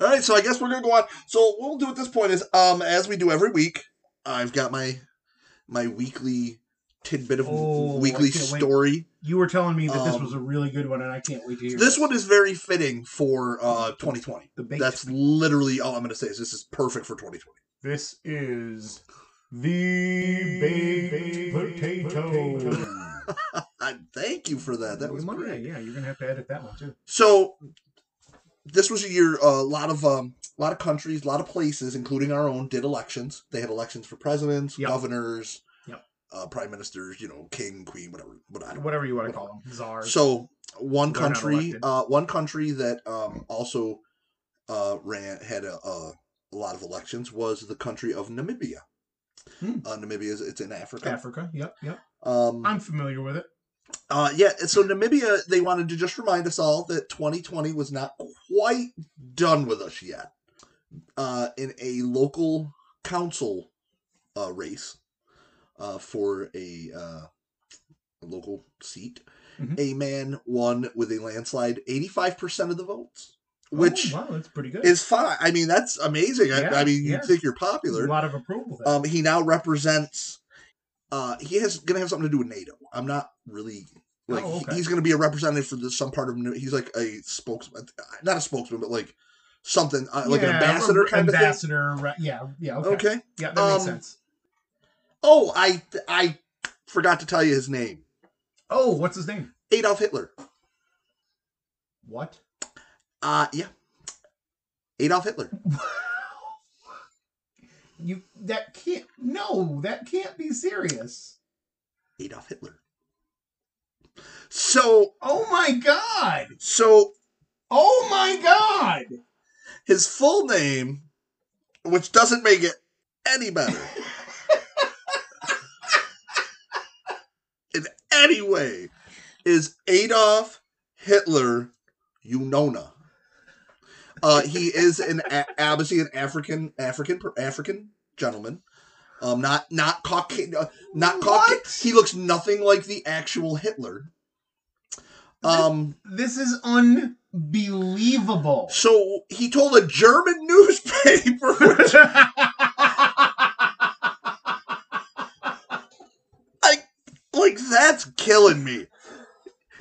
[SPEAKER 3] All right, so I guess we're gonna go on. So what we'll do at this point is, um, as we do every week, I've got my my weekly tidbit of
[SPEAKER 2] Oh, I
[SPEAKER 3] weekly
[SPEAKER 2] can't wait.
[SPEAKER 3] story.
[SPEAKER 2] You were telling me that this
[SPEAKER 3] Um,
[SPEAKER 2] was a really good one, and I can't wait to hear
[SPEAKER 3] This one is very fitting for uh 2020.
[SPEAKER 2] The baked.
[SPEAKER 3] That's literally all I'm gonna say is this is perfect for 2020.
[SPEAKER 2] This is the baked potato.
[SPEAKER 3] I thank you for that. That was
[SPEAKER 2] Monday,
[SPEAKER 3] great.
[SPEAKER 2] Yeah, you're gonna have to edit that one too.
[SPEAKER 3] So this was a year a lot of um a lot of countries, a lot of places, including our own, did elections. They had elections for presidents,
[SPEAKER 2] Yep.
[SPEAKER 3] governors,
[SPEAKER 2] Yep.
[SPEAKER 3] uh, prime ministers, you know, king, queen, whatever, what I don't
[SPEAKER 2] Whatever you want to call them, czars.
[SPEAKER 3] So one
[SPEAKER 2] They're not
[SPEAKER 3] country,
[SPEAKER 2] elected.
[SPEAKER 3] uh, one country that um also uh ran had a, a, a lot of elections was the country of Namibia.
[SPEAKER 2] Hmm.
[SPEAKER 3] Uh, Namibia is it's in Africa.
[SPEAKER 2] Africa. Yep, yep.
[SPEAKER 3] Um,
[SPEAKER 2] I'm familiar with it.
[SPEAKER 3] Uh, yeah, and so Namibia, they wanted to just remind us all that 2020 was not quite done with us yet. Uh, in a local council uh, race uh, for a, uh, a local seat,
[SPEAKER 2] Mhm.
[SPEAKER 3] a man won with a landslide 85% of the votes, which
[SPEAKER 2] oh, wow, that's pretty good.
[SPEAKER 3] is fine. I mean, that's amazing. I, I
[SPEAKER 2] Yeah,
[SPEAKER 3] mean, you
[SPEAKER 2] yeah.
[SPEAKER 3] think you're
[SPEAKER 2] There's
[SPEAKER 3] popular.
[SPEAKER 2] a lot of approval. There.
[SPEAKER 3] Um, he now represents. Uh, he has going to have something to do with NATO. I'm not really like
[SPEAKER 2] Oh,
[SPEAKER 3] he-
[SPEAKER 2] okay.
[SPEAKER 3] he's going to be a representative for the, some part of. NATO. He's like a spokesman, not a spokesman, but like something uh, like an
[SPEAKER 2] Yeah,
[SPEAKER 3] ambassador
[SPEAKER 2] re-
[SPEAKER 3] kind
[SPEAKER 2] ambassador, right, yeah, yeah,
[SPEAKER 3] of
[SPEAKER 2] okay.
[SPEAKER 3] thing. Okay.
[SPEAKER 2] Yeah, that makes
[SPEAKER 3] Um,
[SPEAKER 2] sense.
[SPEAKER 3] Oh, I I forgot to tell you his name.
[SPEAKER 2] Oh, what's his name?
[SPEAKER 3] Adolf Hitler.
[SPEAKER 2] What?
[SPEAKER 3] Uh yeah. Adolf Hitler.
[SPEAKER 2] You that can't no, that can't be serious.
[SPEAKER 3] Adolf Hitler. So
[SPEAKER 2] Oh my god!
[SPEAKER 3] so
[SPEAKER 2] Oh my god!
[SPEAKER 3] his full name, which doesn't make it any better in any way, is Adolf Hitler Unona. Uh, he is an a- obviously an African African African gentleman. Um, not not Caucasian, uh, not Caucasian.
[SPEAKER 2] What?
[SPEAKER 3] He looks nothing like the actual Hitler. Um,
[SPEAKER 2] This is unbelievable.
[SPEAKER 3] So he told a German newspaper, which like that's killing me.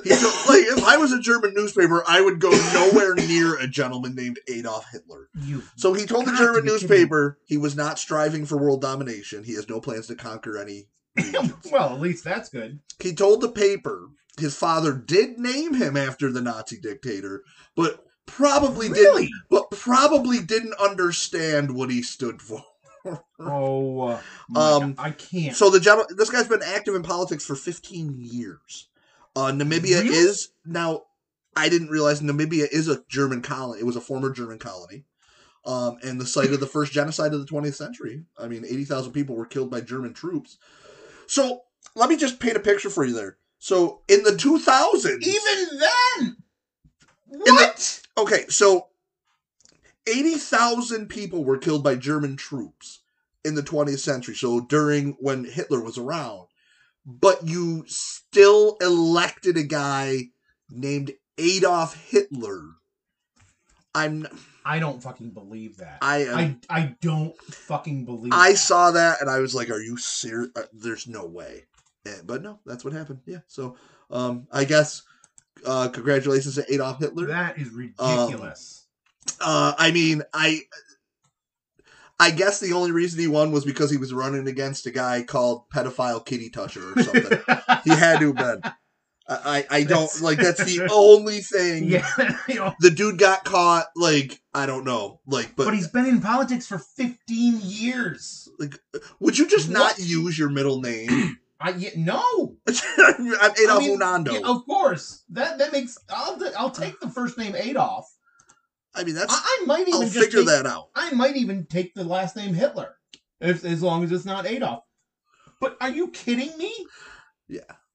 [SPEAKER 3] He told, like if I was a German newspaper, I would go nowhere near a gentleman named Adolf Hitler.
[SPEAKER 2] you
[SPEAKER 3] So he told the
[SPEAKER 2] Got to
[SPEAKER 3] German
[SPEAKER 2] be kidding me.
[SPEAKER 3] newspaper he was not striving for world domination. He has no plans to conquer any. regions.
[SPEAKER 2] well, at least that's good.
[SPEAKER 3] he told the paper his father did name him after the Nazi dictator, but probably didn't.
[SPEAKER 2] Really?
[SPEAKER 3] But probably didn't understand what he stood for.
[SPEAKER 2] Oh, uh,
[SPEAKER 3] Um,
[SPEAKER 2] um, I can't.
[SPEAKER 3] So the general, this guy's been active in politics for 15 years. Uh, Namibia
[SPEAKER 2] Really?
[SPEAKER 3] is now. I didn't realize Namibia is a German colony. It was a former German colony, um, and the site of the first genocide of the 20th century. I mean, 80,000 people were killed by German troops. So let me just paint a picture for you there. So in the 2000s,
[SPEAKER 2] Even then,
[SPEAKER 3] the-
[SPEAKER 2] what?
[SPEAKER 3] okay, so 80,000 people were killed by German troops in the 20th century. So during when Hitler was around, but you still elected a guy named Adolf Hitler. I'm
[SPEAKER 2] I don't fucking believe that.
[SPEAKER 3] I am I,
[SPEAKER 2] I I don't fucking believe. that.
[SPEAKER 3] saw that and I was like, are you serious? Uh, there's no way. Eh, but no, that's what happened. Yeah. So um I guess uh congratulations to Adolf Hitler.
[SPEAKER 2] that is ridiculous.
[SPEAKER 3] Uh, I mean, I I guess the only reason he won was because he was running against a guy called pedophile kitty toucher or something. he had to have been. I, I I don't
[SPEAKER 2] That's-
[SPEAKER 3] like that's the only thing.
[SPEAKER 2] Yeah, you know,
[SPEAKER 3] The dude got caught. Like I don't know. Like,
[SPEAKER 2] but,
[SPEAKER 3] but,
[SPEAKER 2] he's been in politics for 15 years.
[SPEAKER 3] would you just not
[SPEAKER 2] What?
[SPEAKER 3] use your middle name?
[SPEAKER 2] I yeah, no,
[SPEAKER 3] I'm Adolf
[SPEAKER 2] mean,
[SPEAKER 3] Unando.
[SPEAKER 2] Yeah, oh, of course that that makes. I'll I'll take the first name Adolf.
[SPEAKER 3] I mean, that's
[SPEAKER 2] I, I might even
[SPEAKER 3] I'll
[SPEAKER 2] just
[SPEAKER 3] figure
[SPEAKER 2] take-
[SPEAKER 3] that out.
[SPEAKER 2] I might even take the last name Hitler, if, as long as it's not Adolf. But are you kidding me?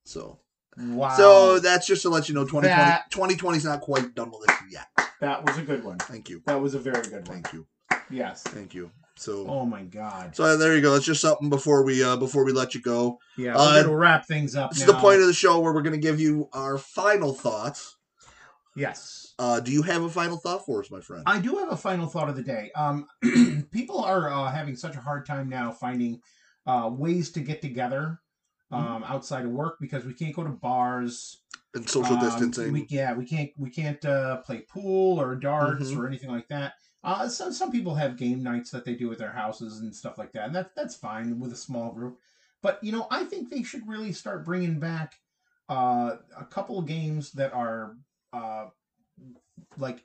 [SPEAKER 3] So
[SPEAKER 2] Wow.
[SPEAKER 3] so that's just to let you know 2020
[SPEAKER 2] That-
[SPEAKER 3] 2020 is not quite done with this yet.
[SPEAKER 2] that was a good one.
[SPEAKER 3] Thank you.
[SPEAKER 2] That was a very good one.
[SPEAKER 3] Thank you.
[SPEAKER 2] Yes.
[SPEAKER 3] Thank you. So
[SPEAKER 2] Oh my God.
[SPEAKER 3] so uh, there you go. That's just something before we uh before we let you go.
[SPEAKER 2] Yeah.
[SPEAKER 3] Uh,
[SPEAKER 2] We're gonna wrap things up.
[SPEAKER 3] This is
[SPEAKER 2] now.
[SPEAKER 3] the point of the show where we're going to give you our final thoughts.
[SPEAKER 2] yes.
[SPEAKER 3] Uh, do you have a final thought for us, my friend?
[SPEAKER 2] I do have a final thought of the day. Um, people are uh, having such a hard time now finding uh, ways to get together
[SPEAKER 3] Mm-hmm.
[SPEAKER 2] um, outside of work because we can't go to bars.
[SPEAKER 3] and social
[SPEAKER 2] Um,
[SPEAKER 3] distancing.
[SPEAKER 2] We, yeah, we can't we can't uh, play pool or darts
[SPEAKER 3] Mhm.
[SPEAKER 2] or anything like that. Uh, some some people have game nights that they do at their houses and stuff like that, and that that's fine with a small group. But you know, I think they should really start bringing back uh, a couple of games that are uh, like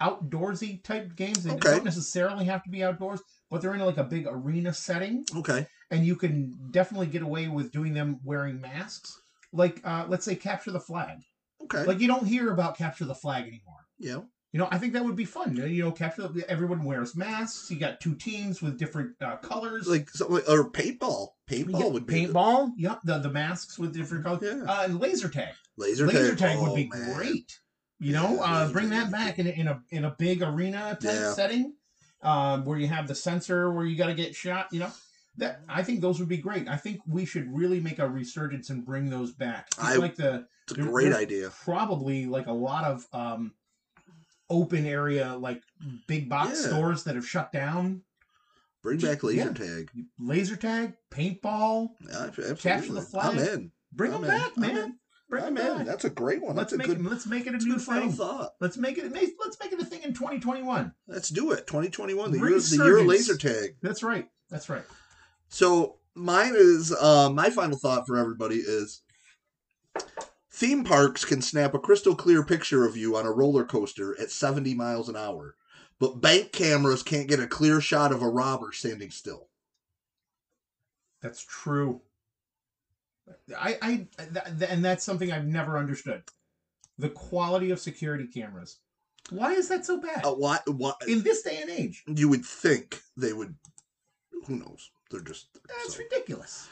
[SPEAKER 2] outdoorsy type games. They
[SPEAKER 3] Okay.
[SPEAKER 2] don't necessarily have to be outdoors, but they're in like a big arena setting
[SPEAKER 3] okay.
[SPEAKER 2] and you can definitely get away with doing them wearing masks. Like, uh, let's say capture the flag.
[SPEAKER 3] Okay.
[SPEAKER 2] Like, you don't hear about capture the flag anymore.
[SPEAKER 3] yeah.
[SPEAKER 2] You know, I think that would be fun. You know, capture the, everyone wears masks. You got two teams with different uh, colors.
[SPEAKER 3] Like something or paintball. Paintball
[SPEAKER 2] Yeah,
[SPEAKER 3] would be
[SPEAKER 2] paintball. Yep, the the masks with different colors.
[SPEAKER 3] Yeah.
[SPEAKER 2] Uh, and laser tag.
[SPEAKER 3] Laser,
[SPEAKER 2] Laser tag
[SPEAKER 3] Oh,
[SPEAKER 2] would be
[SPEAKER 3] man.
[SPEAKER 2] great. You
[SPEAKER 3] Yeah,
[SPEAKER 2] know, uh,
[SPEAKER 3] laser
[SPEAKER 2] bring
[SPEAKER 3] tag
[SPEAKER 2] that
[SPEAKER 3] would be
[SPEAKER 2] back in, a- in a in a big arena type
[SPEAKER 3] Yeah.
[SPEAKER 2] setting, um, where you have the sensor where you got to get shot. You know, that I think those would be great. I think we should really make a resurgence and bring those back. Just
[SPEAKER 3] I-
[SPEAKER 2] like the
[SPEAKER 3] It's a
[SPEAKER 2] There-
[SPEAKER 3] great
[SPEAKER 2] there's
[SPEAKER 3] idea.
[SPEAKER 2] probably like a lot of um, open area like big box
[SPEAKER 3] Yeah.
[SPEAKER 2] stores that have shut down.
[SPEAKER 3] Bring
[SPEAKER 2] just-
[SPEAKER 3] back laser
[SPEAKER 2] yeah.
[SPEAKER 3] tag.
[SPEAKER 2] Laser tag, paintball,
[SPEAKER 3] Yeah, ab-
[SPEAKER 2] Capture
[SPEAKER 3] absolutely.
[SPEAKER 2] the
[SPEAKER 3] I'm
[SPEAKER 2] flag.
[SPEAKER 3] in.
[SPEAKER 2] bring
[SPEAKER 3] I'm
[SPEAKER 2] them
[SPEAKER 3] in.
[SPEAKER 2] back,
[SPEAKER 3] I'm
[SPEAKER 2] man.
[SPEAKER 3] in.
[SPEAKER 2] Bring
[SPEAKER 3] I'm
[SPEAKER 2] them back.
[SPEAKER 3] in. That's a great one.
[SPEAKER 2] let's
[SPEAKER 3] That's a
[SPEAKER 2] make
[SPEAKER 3] good,
[SPEAKER 2] it, let's make it a
[SPEAKER 3] that's a
[SPEAKER 2] new
[SPEAKER 3] good final
[SPEAKER 2] thing.
[SPEAKER 3] thought.
[SPEAKER 2] Let's make it let's make it a thing in 2021.
[SPEAKER 3] Let's do it. 2021, the year, the year of
[SPEAKER 2] Resurgence.
[SPEAKER 3] laser tag.
[SPEAKER 2] That's right. That's right.
[SPEAKER 3] So mine is uh, my final thought for everybody is theme parks can snap a crystal clear picture of you on a roller coaster at 70 miles an hour, but bank cameras can't get a clear shot of a robber standing still.
[SPEAKER 2] That's true. I I th- th- and that's something I've never understood. The quality of security cameras. Why is that so bad?
[SPEAKER 3] Uh, why, why,
[SPEAKER 2] in this day and age.
[SPEAKER 3] you would think they would. Who knows? They're just
[SPEAKER 2] That's
[SPEAKER 3] so.
[SPEAKER 2] ridiculous.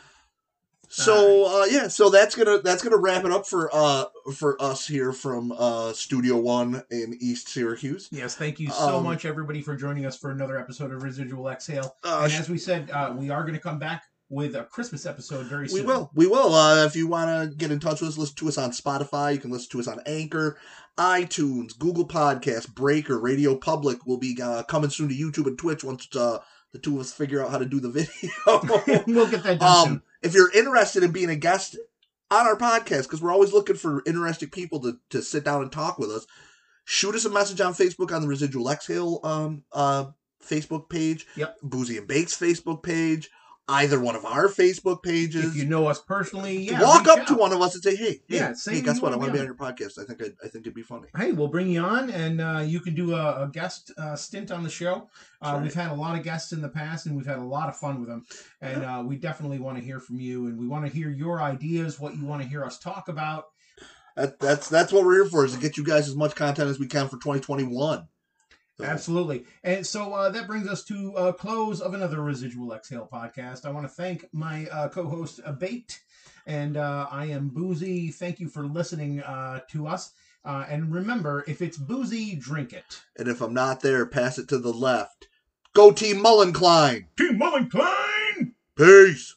[SPEAKER 3] So uh, yeah, so that's gonna that's gonna wrap it up for uh for us here from uh Studio One in East Syracuse.
[SPEAKER 2] Yes, thank you so
[SPEAKER 3] Um,
[SPEAKER 2] much, everybody, for joining us for another episode of Residual Exhale.
[SPEAKER 3] Uh,
[SPEAKER 2] And as we said, uh, we are going to come back with a Christmas episode very
[SPEAKER 3] We
[SPEAKER 2] soon.
[SPEAKER 3] will. We will. Uh, if you want to get in touch with us, listen to us on Spotify. You can listen to us on Anchor, iTunes, Google Podcasts, Breaker, Radio Public. will be uh, coming soon to YouTube and Twitch once uh, the two of us figure out how to do the video.
[SPEAKER 2] we'll get that done soon.
[SPEAKER 3] um, if you're interested in being a guest on our podcast, because we're always looking for interesting people to, to sit down and talk with us, shoot us a message on Facebook on the Residual Exhale um, uh, Facebook page,
[SPEAKER 2] Yep.
[SPEAKER 3] Boozy and Bakes Facebook page, either one of our Facebook pages
[SPEAKER 2] If you know us personally, yeah,
[SPEAKER 3] walk
[SPEAKER 2] reach
[SPEAKER 3] up
[SPEAKER 2] out.
[SPEAKER 3] to one of us and say, "Hey,
[SPEAKER 2] Yeah,
[SPEAKER 3] yeah,
[SPEAKER 2] say
[SPEAKER 3] hey,
[SPEAKER 2] you
[SPEAKER 3] guess what? I
[SPEAKER 2] wanna
[SPEAKER 3] want to
[SPEAKER 2] be
[SPEAKER 3] be on your podcast. I think I'd, I think it'd be funny."
[SPEAKER 2] hey, we'll bring you on, and uh, you can do a, a guest uh, stint on the show. Uh,
[SPEAKER 3] That's right.
[SPEAKER 2] We've had a lot of guests in the past, and we've had a lot of fun with them. And uh, we definitely want to hear from you, and we want to hear your ideas, what you want to hear us talk about.
[SPEAKER 3] That, that's that's what we're here for is to get you guys as much content as we can for 2021. So,
[SPEAKER 2] Absolutely. And so uh, that brings us to uh, close of another Residual Exhale podcast. I want to thank my uh, co-host uh, Baked, and uh, I am Boozy. Thank you for listening uh, to us. Uh, and remember, if it's boozy, drink it.
[SPEAKER 3] And if I'm not there, pass it to the left. Go Team Mullencline.
[SPEAKER 2] Team Mullen Klein!
[SPEAKER 3] Peace.